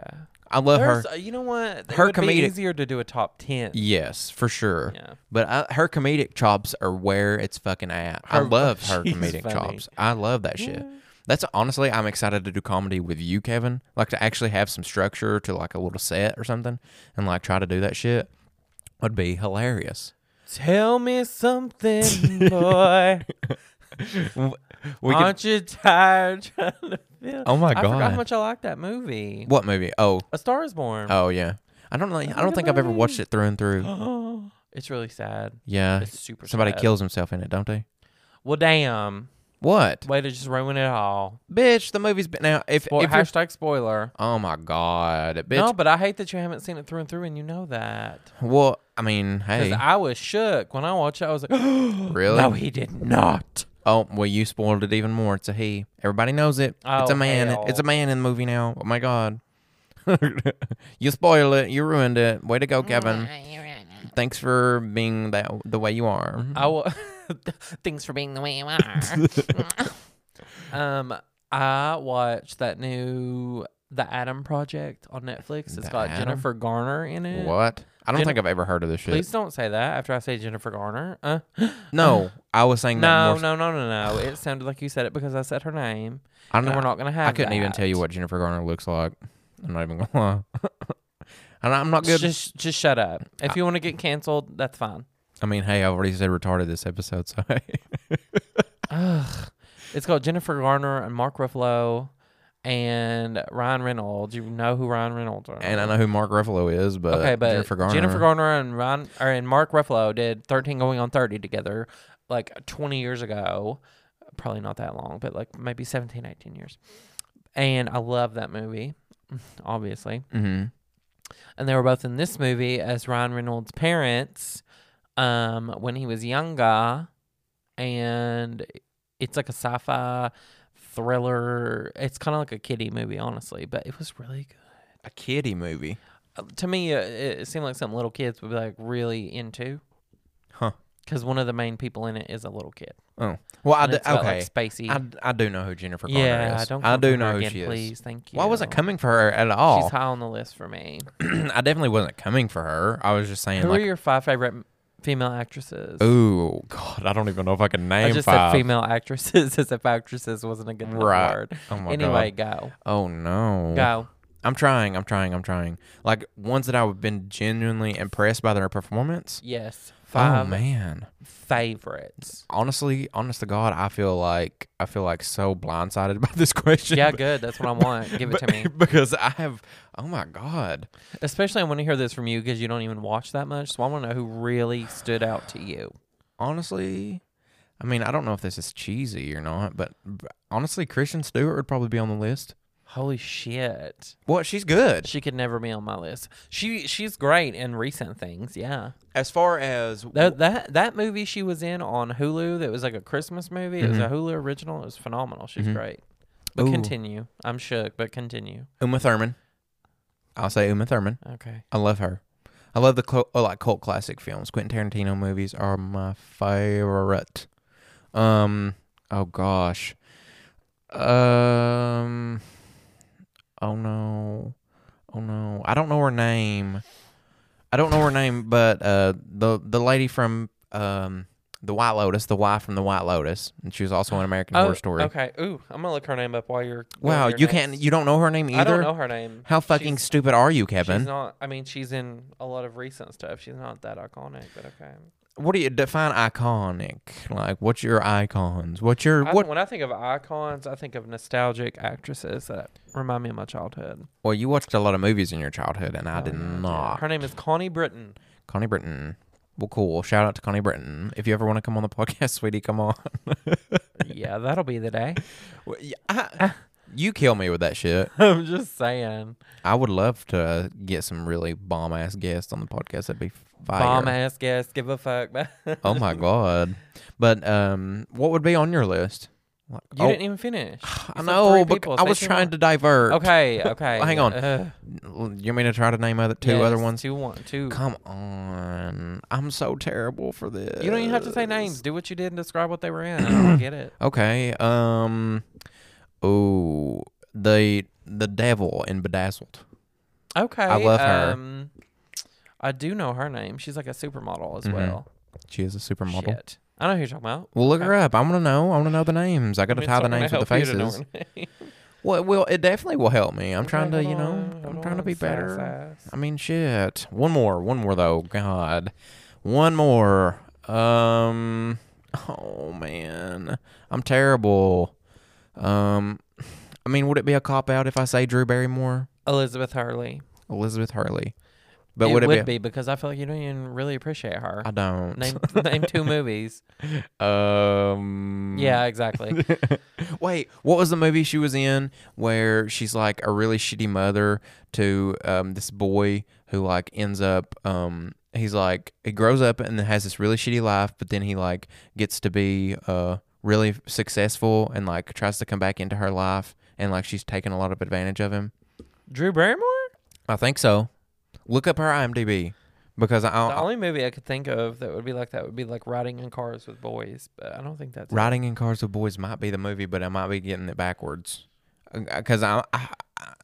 S3: I love her.
S2: There's- you know what? It
S3: her
S2: would be
S3: comedic-
S2: easier to do a top ten.
S3: Yes, for sure.
S2: Yeah.
S3: But I, her comedic chops are where it's fucking at. I
S2: Her-
S3: love her
S2: she's
S3: comedic
S2: funny.
S3: chops. I love that shit. That's honestly, I'm excited to do comedy with you, Kevin. Like to actually have some structure to like a little set or something, and like try to do that shit would be hilarious.
S2: Tell me something, boy.
S3: We could-
S2: Aren't you tired trying to feel?
S3: Oh my
S2: I forgot
S3: God.
S2: how much I like that movie.
S3: what movie? Oh,
S2: A Star Is Born.
S3: oh yeah. I don't know. I don't think I've ever watched it through and through.
S2: it's really sad.
S3: Yeah,
S2: It's super.
S3: somebody
S2: sad.
S3: kills himself in it, don't they?
S2: Well, damn.
S3: What,
S2: Way to just ruin it all.
S3: bitch? The movie's been now. If,
S2: Boy,
S3: if you're,
S2: hashtag spoiler.
S3: oh my god, bitch.
S2: No, but I hate that you haven't seen it through and through, and you know that.
S3: Well, I mean, hey,
S2: Because I was shook when I watched it. I was like,
S3: really?
S2: no, he did not.
S3: Oh, well, you spoiled it even more. It's a he. Everybody knows it. it's a
S2: Oh,
S3: man.
S2: hell.
S3: It's a man in the movie now. Oh my god. you spoiled it. You ruined it. Way to go, Kevin. Thanks for being that the way you are.
S2: I wa- Thanks for being the way you are. um, I watched that new The Adam Project on Netflix. It's
S3: The
S2: got
S3: Adam?
S2: Jennifer Garner in it.
S3: What? I don't
S2: Jen-
S3: think I've ever heard of this shit.
S2: Please don't say that after I say Jennifer Garner. Uh,
S3: No, I was saying that
S2: no,
S3: more.
S2: no, no, no, no. It sounded like you said it because I said her name,
S3: I
S2: and
S3: don't
S2: we're
S3: know.
S2: not gonna have.
S3: I couldn't even
S2: that.
S3: tell you what Jennifer Garner looks like. I'm not even gonna lie. and I'm not good.
S2: Just, just shut up. If you want to get canceled, that's fine.
S3: I mean, hey, I already said retarded this episode, so
S2: Ugh. It's called Jennifer Garner and Mark Ruffalo and Ryan Reynolds. You know who Ryan Reynolds are.
S3: and I know who Mark Ruffalo is, but
S2: Uh-huh. okay, but
S3: Jennifer Garner.
S2: and Ryan or and Mark Ruffalo did thirteen going on thirty together like twenty years ago. Probably not that long, but like maybe 17, 18 years. And I love that movie, obviously.
S3: Mm-hmm.
S2: And they were both in this movie as Ryan Reynolds' parents um, when he was younger. And it's like a sci fi thriller. It's kind of like a kiddie movie, honestly, but it was really good.
S3: A kiddie movie.
S2: Uh, To me, uh, it, it seemed like something little kids would be like really into.
S3: Huh.
S2: Because one of the main people in it is a little kid.
S3: Oh. Well, I
S2: And
S3: do,
S2: it's got,
S3: okay.
S2: like, spacey.
S3: I, d- I do know who Jennifer Garner
S2: yeah,
S3: is.
S2: I don't.
S3: I
S2: come
S3: do
S2: for her
S3: know
S2: again,
S3: who she
S2: please.
S3: is.
S2: Thank you.
S3: Well, I wasn't coming for her at all.
S2: She's high on the list for me.
S3: I definitely wasn't coming for her. I was just saying
S2: Who are
S3: like,
S2: your five favorite m- female actresses?
S3: ooh, God, I don't even know if I can name
S2: I just
S3: five.
S2: said female actresses as if actresses wasn't a good enough
S3: Right.
S2: word.
S3: Oh my
S2: anyway,
S3: God.
S2: go.
S3: Oh no.
S2: Go.
S3: I'm trying. I'm trying. I'm trying. Like ones that I've been genuinely impressed by their performance.
S2: Yes. Five
S3: Oh man.
S2: favorites.
S3: Honestly, honest to God, I feel like I feel like so blindsided by this question.
S2: Yeah,
S3: but-
S2: good. That's what I want. Give it to
S3: but-
S2: me.
S3: because I have. Oh my God.
S2: Especially I want to hear this from you because you don't even watch that much. So I want to know who really stood out to you.
S3: honestly, I mean, I don't know if this is cheesy or not, but b- honestly, Christian Stewart would probably be on the list.
S2: Holy shit.
S3: Well, she's good.
S2: She could never be on my list. She she's great in recent things, yeah.
S3: As far as
S2: That that, that movie she was in on Hulu that was like a Christmas movie. It was a Hulu original. It was phenomenal. She's great. But
S3: Mm-hmm. Ooh.
S2: continue. I'm shook, but continue.
S3: Uma Thurman, I'll say Uma Thurman.
S2: Okay.
S3: I love her. I love the clo- oh, like cult classic films. Quentin Tarantino movies are my favorite. Um, oh gosh. Um, oh no, oh no. I don't know her name. I don't know her name, but uh, the the lady from um the White Lotus, the wife from the White Lotus, and she was also in American Horror Story.
S2: Oh, Okay. Ooh, I'm gonna look her name up while you're. going
S3: Wow,
S2: here
S3: you
S2: next.
S3: can't. You don't know her name either.
S2: I don't know her name.
S3: How fucking
S2: She's,
S3: stupid are you,
S2: she's
S3: Kevin?
S2: not. I mean, she's in a lot of recent stuff. She's not that iconic, but okay.
S3: what do you define iconic? Like, what's your icons? What's your
S2: I,
S3: what?
S2: When I think of icons, I think of nostalgic actresses that remind me of my childhood.
S3: Well, you watched a lot of movies in your childhood, and
S2: Oh,
S3: I did not.
S2: Her name is Connie Britton.
S3: Connie Britton. Well, cool. Shout out to Connie Britton. If you ever want to come on the podcast, sweetie, come on.
S2: yeah, that'll be the day.
S3: Well, yeah, I- Ah. you kill me with that shit.
S2: I'm just saying.
S3: I would love to get some really bomb ass guests on the podcast. That'd be fire.
S2: Bomb ass guest. Give a fuck. you
S3: Oh my god. But um, what would be on your list? Like, oh,
S2: didn't even finish.
S3: I
S2: You said
S3: know,
S2: three
S3: but
S2: people.
S3: I
S2: Say
S3: was
S2: two
S3: trying
S2: more.
S3: to divert.
S2: Okay. Okay.
S3: Hang on.
S2: Ugh.
S3: You mean to try to name other two other
S2: Yes,
S3: ones?
S2: Two. One. Two.
S3: Come on. I'm so terrible for this.
S2: You don't even have to say names. Do what you did and describe what they were in. I don't get it.
S3: Okay. Um oh the the devil in Bedazzled.
S2: Okay.
S3: love her.
S2: Um, I do know her name. She's like a supermodel as
S3: Mhm.
S2: well.
S3: She is a supermodel.
S2: Shit. I know who you're talking about.
S3: Well, look her up. I want to know. I want to know the names. I got
S2: I
S3: to
S2: mean,
S3: tie
S2: it's
S3: the
S2: not gonna
S3: names with the
S2: help you to know
S3: faces.
S2: her name.
S3: Well, well, it definitely will help me. I'm trying to,
S2: Okay,
S3: you
S2: hold
S3: know,
S2: on,
S3: I'm
S2: hold
S3: trying to
S2: on,
S3: be
S2: sass,
S3: better.
S2: sass.
S3: I mean, shit. One more, one more though. God, one more. Um. Oh man, I'm terrible. Um. I mean, would it be a cop out if I say Drew Barrymore,
S2: Elizabeth Hurley.
S3: Elizabeth Hurley? But
S2: it
S3: would it
S2: would
S3: be?
S2: be because I feel like you don't even really appreciate her.
S3: I don't.
S2: Name name two movies.
S3: Um.
S2: Yeah, exactly.
S3: Wait, what was the movie she was in where she's like a really shitty mother to um, this boy who like ends up um, he's like he grows up and has this really shitty life, but then he like gets to be uh, really successful and like tries to come back into her life and like she's taking a lot of advantage of him.
S2: Drew Barrymore?
S3: I think so. Look up her IMDb because I,
S2: The
S3: I
S2: only movie I could think of that would be like that would be like riding in cars with boys, but I don't think that's it.
S3: Riding in Cars with Boys might be the movie, but I might be getting it backwards because I, I, I,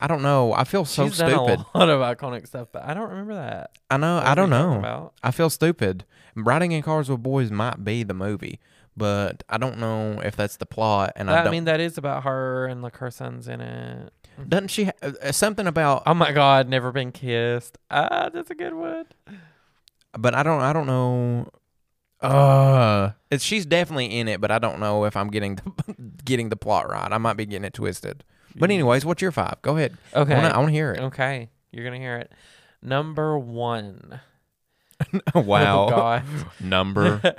S3: I don't know. I feel so
S2: She's done
S3: stupid.
S2: a lot of iconic stuff, but I don't remember that.
S3: I know.
S2: What
S3: I
S2: are
S3: don't
S2: we talking
S3: know.
S2: about?
S3: I feel stupid. Riding in Cars with Boys might be the movie, but I don't know if that's the plot. And I
S2: That- I,
S3: don't.
S2: mean, that is about her and like her son's in it.
S3: doesn't she ha- uh, uh, something about?
S2: Oh my God, never been kissed. Ah, that's a good one.
S3: But I don't. I don't know. Uh, it's, she's definitely in it, but I don't know if I'm getting the, getting the plot right. I might be getting it twisted. But anyways, what's your five? Go ahead.
S2: Mm. Okay.
S3: I want to hear it.
S2: Okay. You're gonna hear it. Number one.
S3: wow.
S2: Oh God.
S3: Number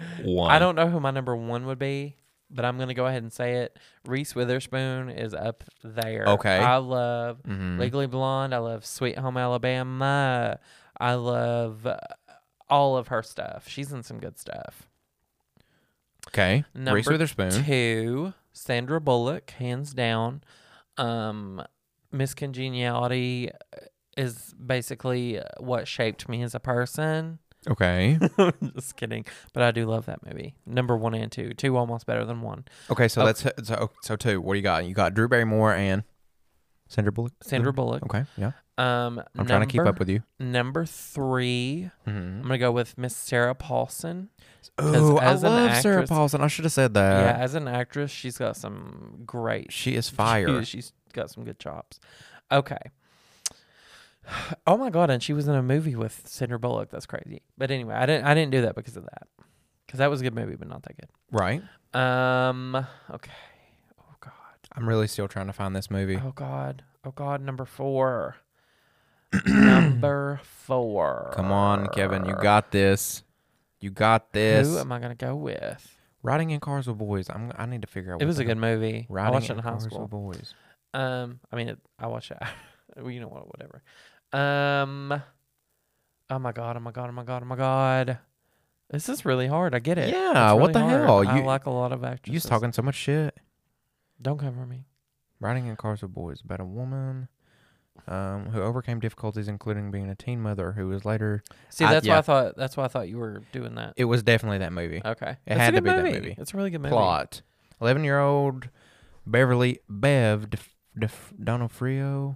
S3: one.
S2: I don't know who my number one would be, but I'm gonna go ahead and say it. Reese Witherspoon is up there.
S3: Okay.
S2: I love
S3: Mhm.
S2: Legally Blonde. I love Sweet Home Alabama. I love uh, all of her stuff. She's in some good stuff.
S3: Okay. Reese
S2: Number
S3: Witherspoon.
S2: Two, Sandra Bullock, hands down. Um, Miss Congeniality uh, is basically uh, what shaped me as a person.
S3: Okay.
S2: Just kidding, but I do love that movie. Number one and two, two almost better than one.
S3: Okay.
S2: Oh.
S3: So that's so. So two. What do you got? You got Drew Barrymore and Sandra Bullock.
S2: Sandra Bullock.
S3: Okay. Yeah.
S2: Um, I'm
S3: Mm. I'm trying to keep up with you.
S2: number three.
S3: Mm-hmm.
S2: I'm gonna go with Miss Sarah Paulson.
S3: Oh, I
S2: as an
S3: love Sarah
S2: actress-
S3: Paulson. I should have said that.
S2: yeah, as an actress, she's got some great
S3: She is
S2: She,
S3: fire.
S2: she's got some good chops. Okay. Oh my god, and she was in a movie with Sandra Bullock. That's crazy. But anyway, I didn't I didn't do that because of that. Because that was a good movie, but not that good.
S3: right.
S2: Um okay. Oh god.
S3: I'm really still trying to find this movie.
S2: Oh god. Oh god, number four. number four.
S3: Come on, Kevin. You got this. You got this.
S2: Who am I gonna go with?
S3: Riding in Cars with Boys. I'm. I need to figure out.
S2: It
S3: what
S2: was
S3: the
S2: a good movie.
S3: Riding
S2: I watched it
S3: in
S2: in high
S3: Cars
S2: school.
S3: with Boys.
S2: Um, I mean, it, I watch it. well, you know what? Whatever. Um. Oh my god! Oh my god! Oh my god! Oh my god! This is really hard. I get it. It's
S3: Yeah,
S2: really
S3: what the
S2: hard.
S3: hell?
S2: I
S3: You-
S2: like a lot of actors.
S3: You was talking so much shit.
S2: Don't cover me.
S3: Riding in Cars with Boys about a woman um, who overcame difficulties, including being a teen mother who was later.
S2: See,
S3: I-
S2: that's why
S3: yeah.
S2: I thought. That's why I thought you were doing that.
S3: It was definitely that movie.
S2: Okay. It's a
S3: had to
S2: good
S3: be that movie.
S2: It's a really good Uh, movie.
S3: Plot: Eleven-year-old Beverly Bev Def, Def, Donofrio.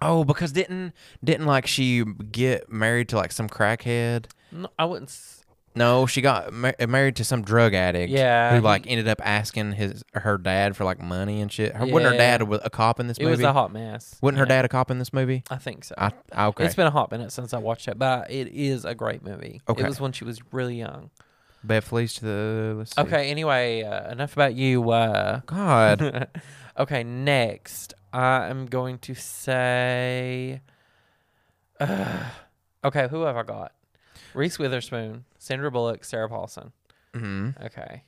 S3: Oh, because didn't didn't like she get married to like some crackhead?
S2: No, I wouldn't. s-
S3: No, she got mar- married to some drug addict.
S2: Yeah,
S3: who
S2: he-
S3: like ended up asking his her dad for like money and shit. Her, Wasn't her
S2: Yeah.
S3: dad a, a cop in this
S2: It
S3: movie?
S2: was a hot mess.
S3: Wasn't her
S2: Yeah,
S3: dad a cop in this movie?
S2: I think so.
S3: I okay.
S2: It's been a hot minute since I watched it, but it is a great movie.
S3: Okay.
S2: It was when she was really young.
S3: Bev flees to the. Let's see.
S2: Okay. Anyway, uh, enough about you. Uh,
S3: God.
S2: okay, next. I am going to say. Ugh. okay, who have I got? Reese Witherspoon, Sandra Bullock, Sarah Paulson. Mm-hmm.
S3: Mhm.
S2: Okay.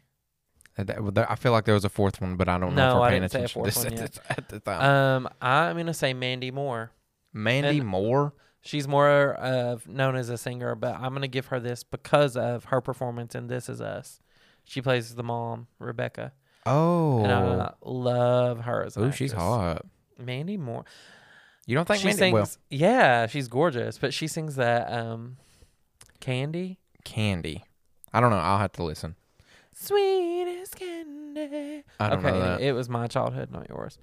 S3: Uh, that- well, there- I feel like there was a fourth one, but I don't know if
S2: No,
S3: we're
S2: I
S3: paying
S2: didn't say a
S3: attention
S2: fourth
S3: to
S2: one
S3: this at, the, at the time.
S2: Um, I'm going to say Mandy Moore.
S3: Mandy
S2: and-
S3: Moore.
S2: She's more of known as a singer, but I'm going to give her this because of her performance in This Is Us. She plays the mom, Rebecca.
S3: Oh,
S2: And uh, I love her as an
S3: oh, she's
S2: actress.
S3: hot.
S2: Mandy Moore.
S3: You don't think
S2: she
S3: Mandy?
S2: sings
S3: Well,
S2: yeah she's gorgeous but she sings that um candy
S3: Candy. I don't know. I'll have to listen.
S2: sweet as candy
S3: I don't
S2: okay
S3: know that.
S2: it was my childhood not yours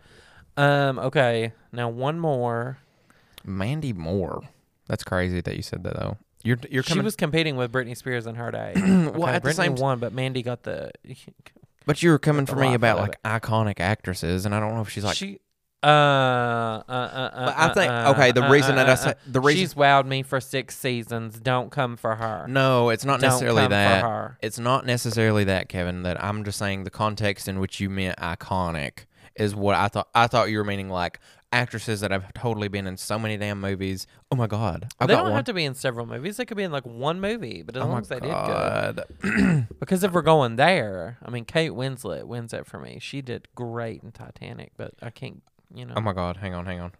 S2: um okay now one more
S3: Mandy Moore. That's crazy that you said that though. You're you're
S2: She
S3: coming,
S2: was competing with Britney Spears in her day.
S3: Well, at the
S2: Britney
S3: same t-
S2: won, but Mandy got the.
S3: but you were coming
S2: the
S3: for me
S2: life
S3: about
S2: out of
S3: like iconic actresses, and I don't know if she's like.
S2: she. Uh, uh, uh, uh,
S3: But I think-
S2: uh,
S3: okay, the
S2: uh,
S3: reason
S2: uh,
S3: that I
S2: uh,
S3: say-
S2: uh,
S3: the reason-
S2: she's wowed me for six seasons. Don't come for her.
S3: no, it's not
S2: Don't
S3: necessarily
S2: come
S3: that.
S2: for her.
S3: It's not necessarily that, Kevin. That I'm just saying the context in which you meant iconic is what I thought. I thought you were meaning like actresses that have totally been in so many damn movies. Oh my god, I
S2: they
S3: got
S2: don't
S3: one.
S2: have to be in several movies. They could be in like one movie, but as
S3: oh
S2: long
S3: my
S2: as they did
S3: god.
S2: good. Because if we're going there, I mean, Kate Winslet wins it for me. She did great in Titanic, but I can't, you know.
S3: Oh my god, hang on, hang on.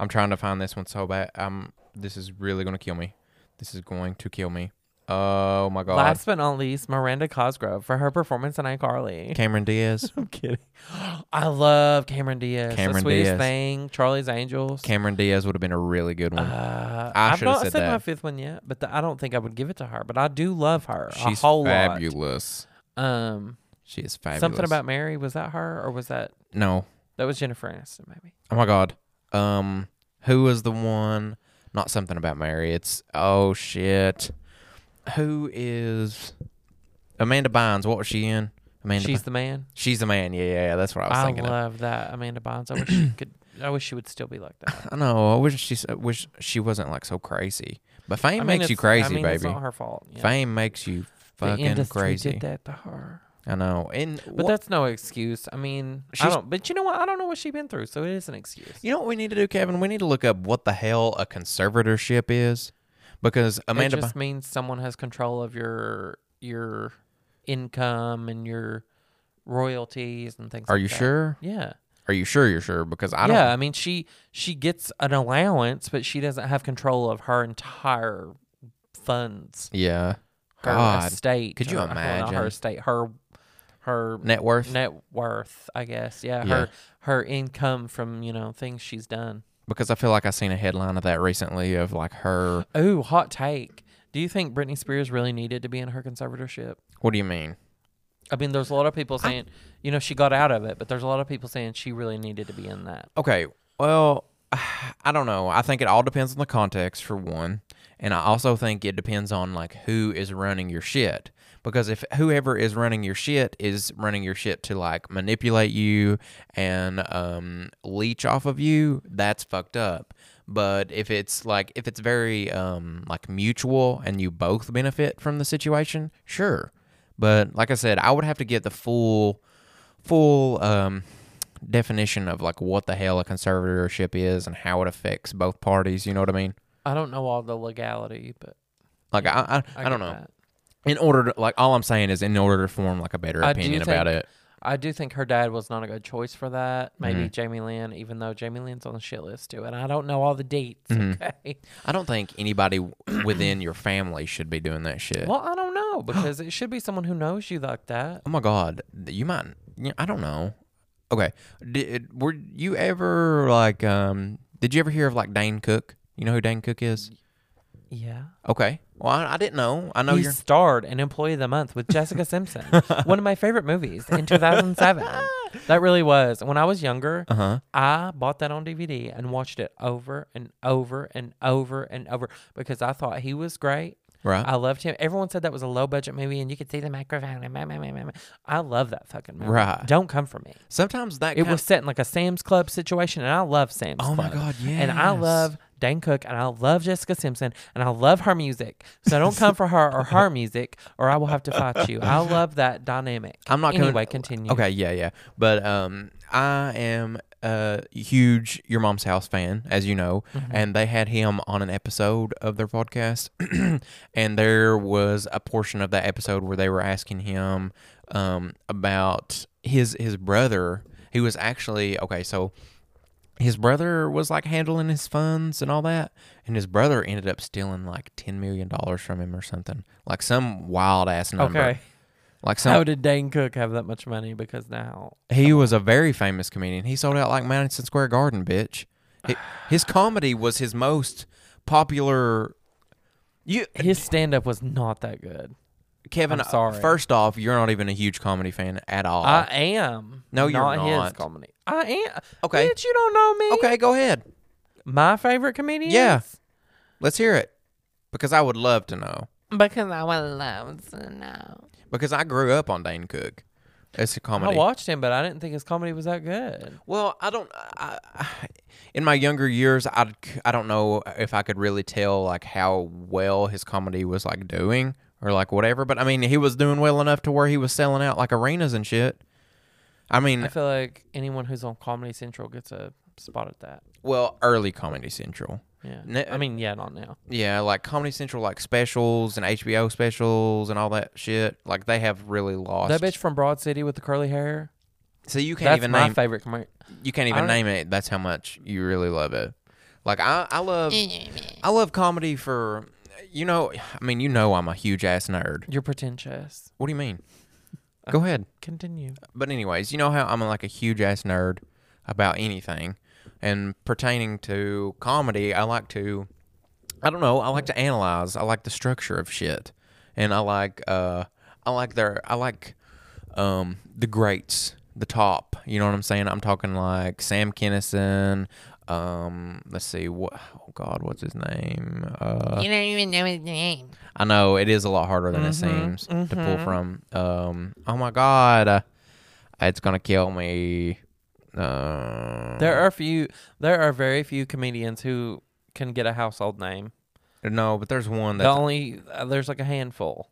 S3: I'm trying to find this one so bad. Um this is really gonna kill me. This is going to kill me. Oh my god.
S2: Last but not least, Miranda Cosgrove for her performance in iCarly.
S3: Cameron Diaz.
S2: I'm kidding. I love Cameron Diaz. the
S3: Cameron
S2: sweetest
S3: Diaz.
S2: thing. Charlie's Angels.
S3: Cameron Diaz would have been a really good one.
S2: uh,
S3: I
S2: I've
S3: should've
S2: not
S3: said
S2: said my
S3: that.
S2: fifth one yet, but th- I don't think I would give it to her. But I do love her
S3: She's
S2: a whole
S3: fabulous.
S2: lot. Um,
S3: She is fabulous.
S2: something about Mary was that her or was that
S3: No.
S2: that was Jennifer Aniston maybe?
S3: Oh my god. Um who was the one not something about Mary, it's oh shit. Who is Amanda Bynes, what was she in? Amanda
S2: She's
S3: Bynes.
S2: the man.
S3: She's the man, yeah, yeah, that's what I was
S2: I,
S3: thinking of.
S2: love that Amanda Bynes. I wish she could. I wish she would still be like that.
S3: I know. I wish she s- I wish she wasn't like so crazy. But fame
S2: I mean,
S3: makes you
S2: it's-
S3: crazy,
S2: I mean,
S3: baby.
S2: It's not her fault. you know.
S3: Fame makes you
S2: the
S3: fucking
S2: industry
S3: crazy.
S2: did that to her.
S3: I know. And
S2: But
S3: wha-
S2: that's no excuse. I mean, I
S3: She's-
S2: don't. But you know what? I don't know what she's been through, so it is an excuse.
S3: you know what we need to do, Kevin? We need to look up what the hell a conservatorship is, because Amanda.
S2: it just
S3: Bi-
S2: means someone has control of your your income and your royalties and things.
S3: are
S2: like
S3: you
S2: that.
S3: sure?
S2: Yeah.
S3: Are you sure you're sure? Because I don't.
S2: yeah. I mean, she she gets an allowance, but she doesn't have control of her entire funds.
S3: Yeah.
S2: her
S3: God.
S2: estate.
S3: Could you
S2: or- well, not
S3: imagine?
S2: her estate? Her her net,
S3: Net worth.
S2: worth, I guess. Yeah,
S3: Yeah.
S2: her her income from you know things she's done.
S3: Because I feel like I seen a headline of that recently of like her.
S2: Ooh, hot take. Do you think Britney Spears really needed to be in her conservatorship?
S3: What do you mean?
S2: I mean, there's a lot of people saying, you know, she got out of it, but there's a lot of people saying she really needed to be in that.
S3: Okay. Well, I don't know. I think it all depends on the context for one, and I also think it depends on like who is running your shit. Because if whoever is running your shit is running your shit to like manipulate you and um, leech off of you, that's fucked up. But if it's like if it's very um, like mutual and you both benefit from the situation, sure. But like I said, I would have to get the full full um, definition of like what the hell a conservatorship is and how it affects both parties. You know what I mean?
S2: I don't know all the legality, but
S3: Like I, I, I,
S2: get
S3: don't know.
S2: that.
S3: In order to like, all I'm saying is in order to form like a better
S2: I do
S3: opinion about
S2: think-
S3: it.
S2: I do think her dad was not a good choice for that. Maybe Jamie Lynn, even though Jamie Lynn's on the shit list too, and I don't know all the dates. Okay.
S3: I don't think anybody within your family should be doing that shit.
S2: Well, I don't know because it should be someone who knows you like that.
S3: Oh my god, you might. yeah, I don't know. Okay, did were you ever like um? Did you ever hear of like Dane Cook? You know who Dane Cook is?
S2: Yeah.
S3: Okay. Well, I, I didn't know. I know
S2: he
S3: you're.
S2: starred in Employee of the Month with Jessica Simpson, one of my favorite movies in 2007. that really was. When I was younger,
S3: Uh huh.
S2: I bought that on DVD and watched it over and over and over and over because I thought he was great.
S3: Right.
S2: I loved him. Everyone said that was a low budget movie and you could see the microphone. And meh, meh, meh, meh, meh. I love that fucking movie.
S3: Right.
S2: Don't come for me.
S3: Sometimes that
S2: It
S3: kind
S2: was set in like a Sam's Club situation, and I love Sam's
S3: Oh my
S2: Club.
S3: God,
S2: And I
S3: yes.
S2: love Dane Cook, and I love Jessica Simpson, and I love her music. So don't come for her or her music, or I will have to fight you. I love that dynamic.
S3: I'm not coming-
S2: anyway. Continue.
S3: Okay, yeah, yeah. But um I am a huge Your Mom's House fan, as you know,
S2: Mm-hmm.
S3: and they had him on an episode of their podcast and there was a portion of that episode where they were asking him um about his his brother who was actually okay, so his brother was like handling his funds and all that and his brother ended up stealing like 10 million dollars from him or something like some wild ass number
S2: Okay.
S3: like some
S2: How did Dane Cook have that much money? Because now
S3: he was a very famous comedian. He sold out like Madison Square Garden, bitch. Hi- His comedy was his most popular. You,
S2: his stand up was not that good.
S3: Kevin.
S2: I'm sorry.
S3: First off, you're not even a huge comedy fan at all.
S2: I am.
S3: No, you're
S2: not. His
S3: not.
S2: comedy. I am.
S3: Okay.
S2: Bitch, you don't know me.
S3: okay, go ahead.
S2: My favorite comedian?
S3: Yeah. Let's hear it because I would love to know.
S2: Because I would love to know.
S3: Because I grew up on Dane Cook. It's a comedy.
S2: I watched him, but I didn't think his comedy was that good.
S3: Well, I don't. I, I- in my younger years, I I don't know if I could really tell like how well his comedy was like doing or like whatever. But I mean, he was doing well enough to where he was selling out like arenas and shit. I mean,
S2: I feel like anyone who's on Comedy Central gets a spot at that.
S3: well, early Comedy Central.
S2: Yeah.
S3: Ne-
S2: I mean, yeah, not now.
S3: Yeah, like Comedy Central, like specials and HBO specials and all that shit. Like they have really lost.
S2: That bitch from Broad City with the curly hair.
S3: So you can't
S2: That's
S3: even
S2: my
S3: name.
S2: favorite comedian.
S3: you can't
S2: I
S3: even
S2: don't-
S3: name it. That's how much you really love it. Like I, I love, I love comedy for, you know, I mean, you know, I'm a huge ass nerd.
S2: You're pretentious.
S3: What do you mean? Go ahead.
S2: Continue.
S3: But anyways, you know how I'm like a huge ass nerd about anything, and pertaining to comedy, I like to, I don't know, I like to analyze. I like the structure of shit, and I like, uh, I like their, I like, um, the greats, the top. You know what I'm saying? I'm talking like Sam Kinison. Um, let's see, what? Oh God, what's his name? Uh,
S4: You don't even know his name. Mm-hmm,
S3: I know it is a lot harder than it seems to pull from. Um, oh my god, uh, it's gonna kill me. Uh,
S2: There are few. There are very few comedians who can get a household name.
S3: no, but there's one
S2: The
S3: that
S2: only uh, there's like a handful.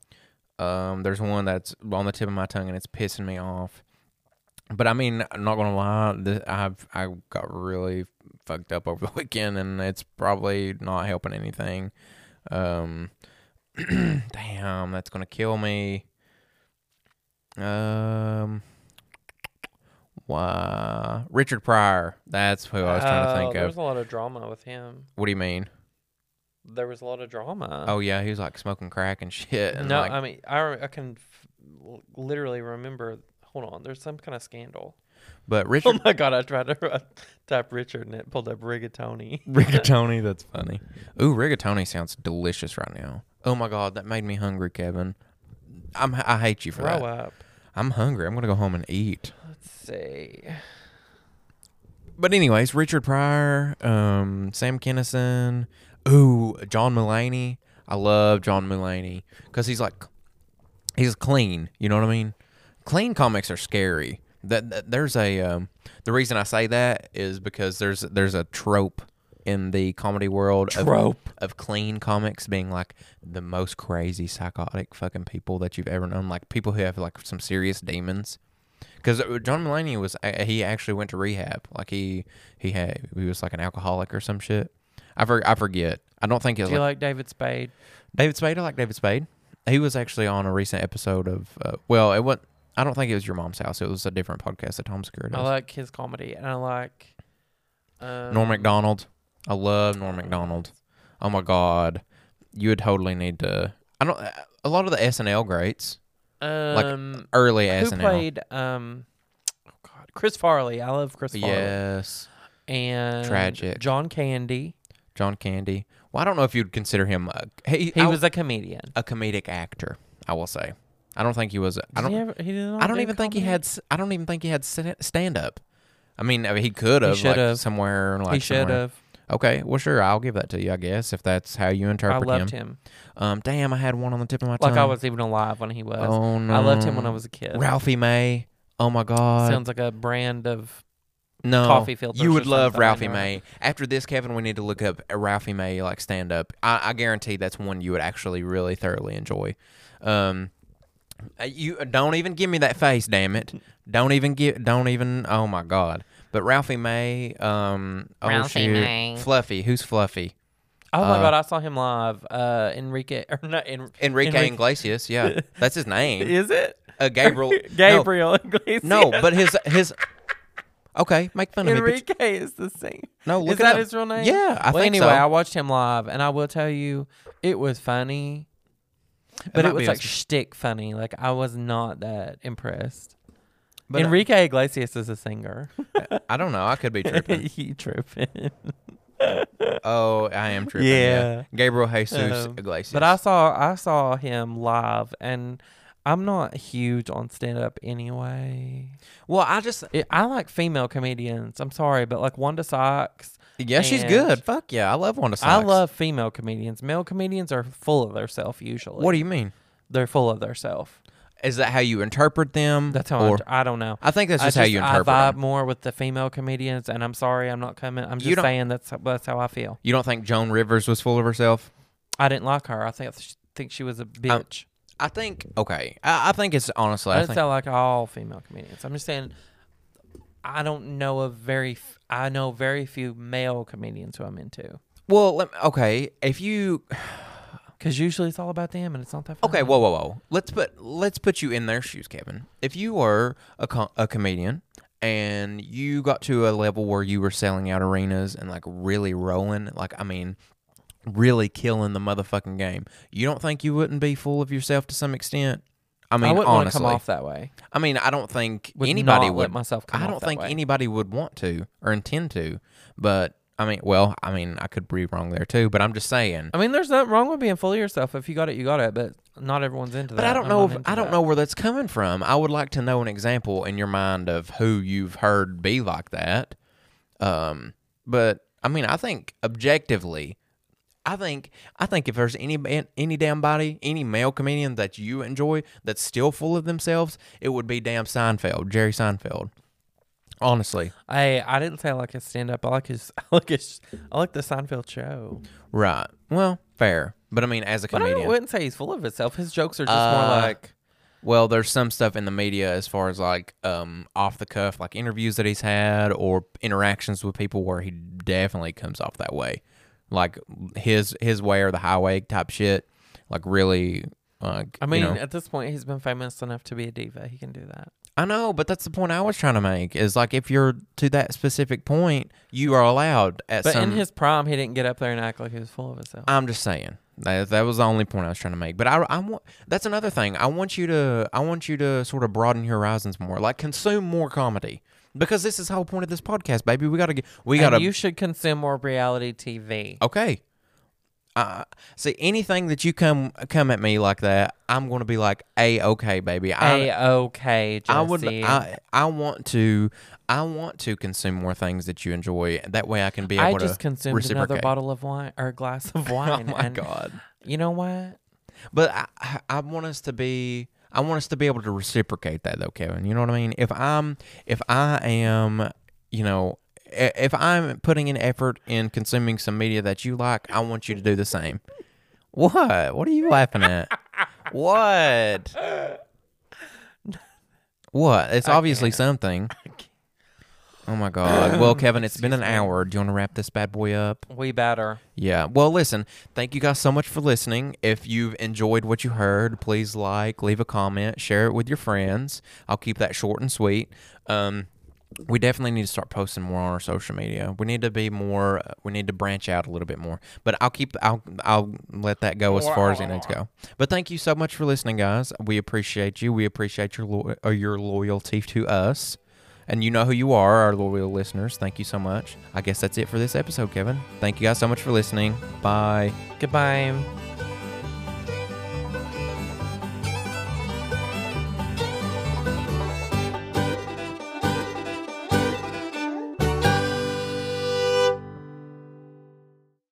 S3: um, there's one that's on the tip of my tongue and it's pissing me off. But I mean, I'm not gonna lie, th- I've I got really fucked up over the weekend, and it's probably not helping anything. Um, damn, that's gonna kill me. Um, why Richard Pryor? That's who I was trying to think
S2: there was
S3: of.
S2: Uh, a lot of drama with him.
S3: What do you mean?
S2: There was a lot of drama.
S3: Oh yeah, he was like smoking crack and shit. And
S2: no,
S3: like,
S2: I mean I re- I can f- l- literally remember. Hold on, there's some kind of scandal.
S3: but
S2: Oh
S3: Richard
S2: my god, I tried to uh, type Richard and it pulled up rigatoni.
S3: Rigatoni, that's funny. Ooh, rigatoni sounds delicious right now. Oh my god, that made me hungry, Kevin. I'm I hate you for
S2: Grow
S3: that.
S2: up.
S3: I'm hungry. I'm gonna go home and eat.
S2: Let's see.
S3: But anyways, Richard Pryor, um, Sam Kinison, ooh, John Mulaney. I love John Mulaney because he's like, he's clean. You know what I mean? Clean comics are scary. That, that there's a um, the reason I say that is because there's there's a trope in the comedy world
S2: Trope.
S3: of, of clean comics being like the most crazy psychotic fucking people that you've ever known, like people who have like some serious demons because John Mulaney was uh, he actually went to rehab. Like he he had he was like an alcoholic or some shit. I for, I forget. I don't think it was
S2: Do you
S3: like,
S2: like David Spade?
S3: David Spade. I like David Spade. He was actually on a recent episode of uh, well, it was I don't think it was your mom's house. It was a different podcast that Tom Segura does.
S2: I like his comedy and I like um,
S3: Norm Macdonald. I love Norm Macdonald. Oh my god, you would totally need to. I don't. A lot of the SNL greats,
S2: Um,
S3: early
S2: who
S3: SNL.
S2: played um oh god chris farley i love chris farley
S3: yes.
S2: and
S3: Tragic.
S2: john candy
S3: John Candy. Well, I don't know if you'd consider him. A, he
S2: he
S3: I-
S2: was a comedian
S3: a comedic actor. I will say. I don't think he was. I
S2: Does
S3: don't.
S2: he ever- he did not
S3: I don't
S2: do
S3: even think he
S2: comedy?
S3: had. s- I don't even think he had stand up. I mean, I mean, he could have like
S2: should've.
S3: somewhere. Like
S2: he should
S3: somewhere.
S2: have
S3: Okay, well, sure, I'll give that to you. I guess if that's how you
S2: i
S3: interpret
S2: loved
S3: him.
S2: him
S3: Um, damn, I had one on the tip of my tongue.
S2: like i was even alive when he was
S3: Oh no,
S2: i loved him when i was a kid
S3: Ralphie May. Oh my God.
S2: sounds like a brand of
S3: no,
S2: coffee filters
S3: You would
S2: or
S3: love
S2: something,
S3: Ralphie
S2: right?
S3: May. After this, Kevin, we need to look up a Ralphie May like stand up. I, I guarantee that's one you would actually really thoroughly enjoy. Um, uh, you uh, don't even give me that face, damn it! Don't even give. Don't even. Oh my god! But Ralphie May. Um, oh
S4: Ralphie
S3: shoot.
S4: May.
S3: Fluffy. Who's Fluffy?
S2: oh my
S3: Uh,
S2: god i saw him live uh enrique or not en-
S3: Enrique,
S2: Enrique-
S3: Iglesias. Yeah, that's his name.
S2: is it
S3: Uh, Gabriel. no,
S2: gabriel Iglesias.
S3: No, but his his. Okay, make fun of me. but-
S2: Enrique is the singer.
S3: No, look
S2: is
S3: it
S2: that
S3: up.
S2: his real name?
S3: Yeah, I
S2: well,
S3: think
S2: anyway,
S3: so.
S2: I watched him live, and I will tell you, it was funny, but
S3: might
S2: it,
S3: be
S2: was
S3: his-
S2: like shtick funny. Like I was not that impressed.
S3: But, uh,
S2: Enrique Iglesias is a singer.
S3: I don't know. I could be tripping.
S2: he tripping.
S3: Oh, I am tripping. Yeah.
S2: Yeah.
S3: Gabriel Jesus
S2: Um,
S3: Iglesias.
S2: But I saw I saw him live, and I'm not huge on stand up anyway.
S3: well, I just
S2: It, I like female comedians. I'm sorry, but like Wanda Sykes,
S3: Yeah, she's
S2: And-
S3: good. Fuck yeah, I love Wanda Sykes.
S2: I love female comedians. Male comedians are full of theirself usually.
S3: What do you mean?
S2: They're full of theirself.
S3: Is that how you interpret them?
S2: That's how
S3: or,
S2: I, I don't know.
S3: I think that's just, how you interpret
S2: I vibe
S3: them.
S2: more with the female comedians, and I'm sorry, I'm not coming. I'm
S3: You
S2: just
S3: don't-
S2: saying that's that's how I feel.
S3: You don't think Joan Rivers was full of herself?
S2: I didn't like her. I think think she was a bitch.
S3: I think okay. I, I think it's honestly.
S2: I
S3: I
S2: didn't
S3: think,
S2: sound like all female comedians. I'm just saying, I don't know of very. F- I know very few male comedians who I'm into.
S3: well, let, okay. If you
S2: Because usually it's all about them, and it's not that. Fun.
S3: okay, whoa, whoa, whoa. Let's put let's put you in their shoes, Kevin. If you were a co- a comedian and you got to a level where you were selling out arenas and like really rolling, like I mean, really killing the motherfucking game, you don't think you wouldn't be full of yourself to some extent? I
S2: I,
S3: mean,
S2: wouldn't want to
S3: honestly,
S2: come off that way.
S3: I mean, I don't think
S2: Would
S3: anybody
S2: not
S3: would.
S2: let myself come
S3: I
S2: off
S3: don't
S2: that
S3: think
S2: way.
S3: anybody would want to or intend to. But I mean, well, I mean, I could be wrong there too. But I'm just saying.
S2: I mean, there's nothing wrong with being full of yourself. If you got it, you got it. But not everyone's into
S3: But
S2: that.
S3: I don't
S2: I'm
S3: know.
S2: not
S3: If,
S2: into
S3: I don't
S2: that.
S3: know where that's coming from. I would like to know an example in your mind of who you've heard be like that. Um, but I mean, I think objectively, I think I think if there's any man- any damn body, any male comedian that you enjoy that's still full of themselves, it would be damn Seinfeld, Jerry Seinfeld. Honestly,
S2: Hey, I didn't say I like his stand up. I like his. I like his. I like the Seinfeld show.
S3: right? Well, fair. But I mean, as a
S2: But I
S3: comedian,
S2: wouldn't say he's full of himself. His jokes are just
S3: Uh,
S2: more like.
S3: Well, there's some stuff in the media as far as like um, off the cuff, like interviews that he's had or interactions with people where he definitely comes off that way, like his his way or the highway type shit. Like really, like
S2: I mean, uh,
S3: you know.
S2: at this point, he's been famous enough to be a diva. He can do that.
S3: I know, but that's the point I was trying to make is like if you're to that specific point, you are allowed at
S2: But in
S3: some.
S2: his prime, he didn't get up there and act like he was full of himself.
S3: I'm just saying that that was the only point I was trying to make. But I, I want that's another thing. I want you to I want you to sort of broaden your horizons more, like consume more comedy because this is the whole point of this podcast, baby. We gotta get we
S2: And
S3: gotta
S2: you should consume more reality TV.
S3: okay. Uh, see anything that you come come at me like that, I'm gonna be like a okay, baby. I,
S2: A okay, Jesse.
S3: I would I, I want to I want to consume more things that you enjoy. That way I can be able
S2: I
S3: to
S2: just consumed another
S3: reciprocate.
S2: bottle of wine or a glass of wine.
S3: Oh my
S2: and
S3: god.
S2: You know what?
S3: But I, I- I want us to be. I want us to be able to reciprocate that, though, Kevin. You know what I mean? If I'm, if I am, you know, i- if I'm putting in effort in consuming some media that you like, I want you to do the same. What? What are you laughing at? what? What? It's obviously something. Oh my God! Well, Kevin, it's been an hour. Do you want to wrap this bad boy up?
S2: We better.
S3: Yeah. Well, listen, thank you guys so much for listening. If you've enjoyed what you heard, please like, leave a comment, share it with your friends. I'll keep that short and sweet. Um, we definitely need to start posting more on our social media. We need to be more. We need to branch out a little bit more. But I'll keep. I'll. I'll let that go as far as it needs to go. But thank you so much for listening, guys. We appreciate you. We appreciate your lo- uh, your loyalty to us. And you know who you are, our loyal listeners. Thank you so much. I guess that's it for this episode, Kevin. Thank you guys so much for listening. Bye.
S2: Goodbye.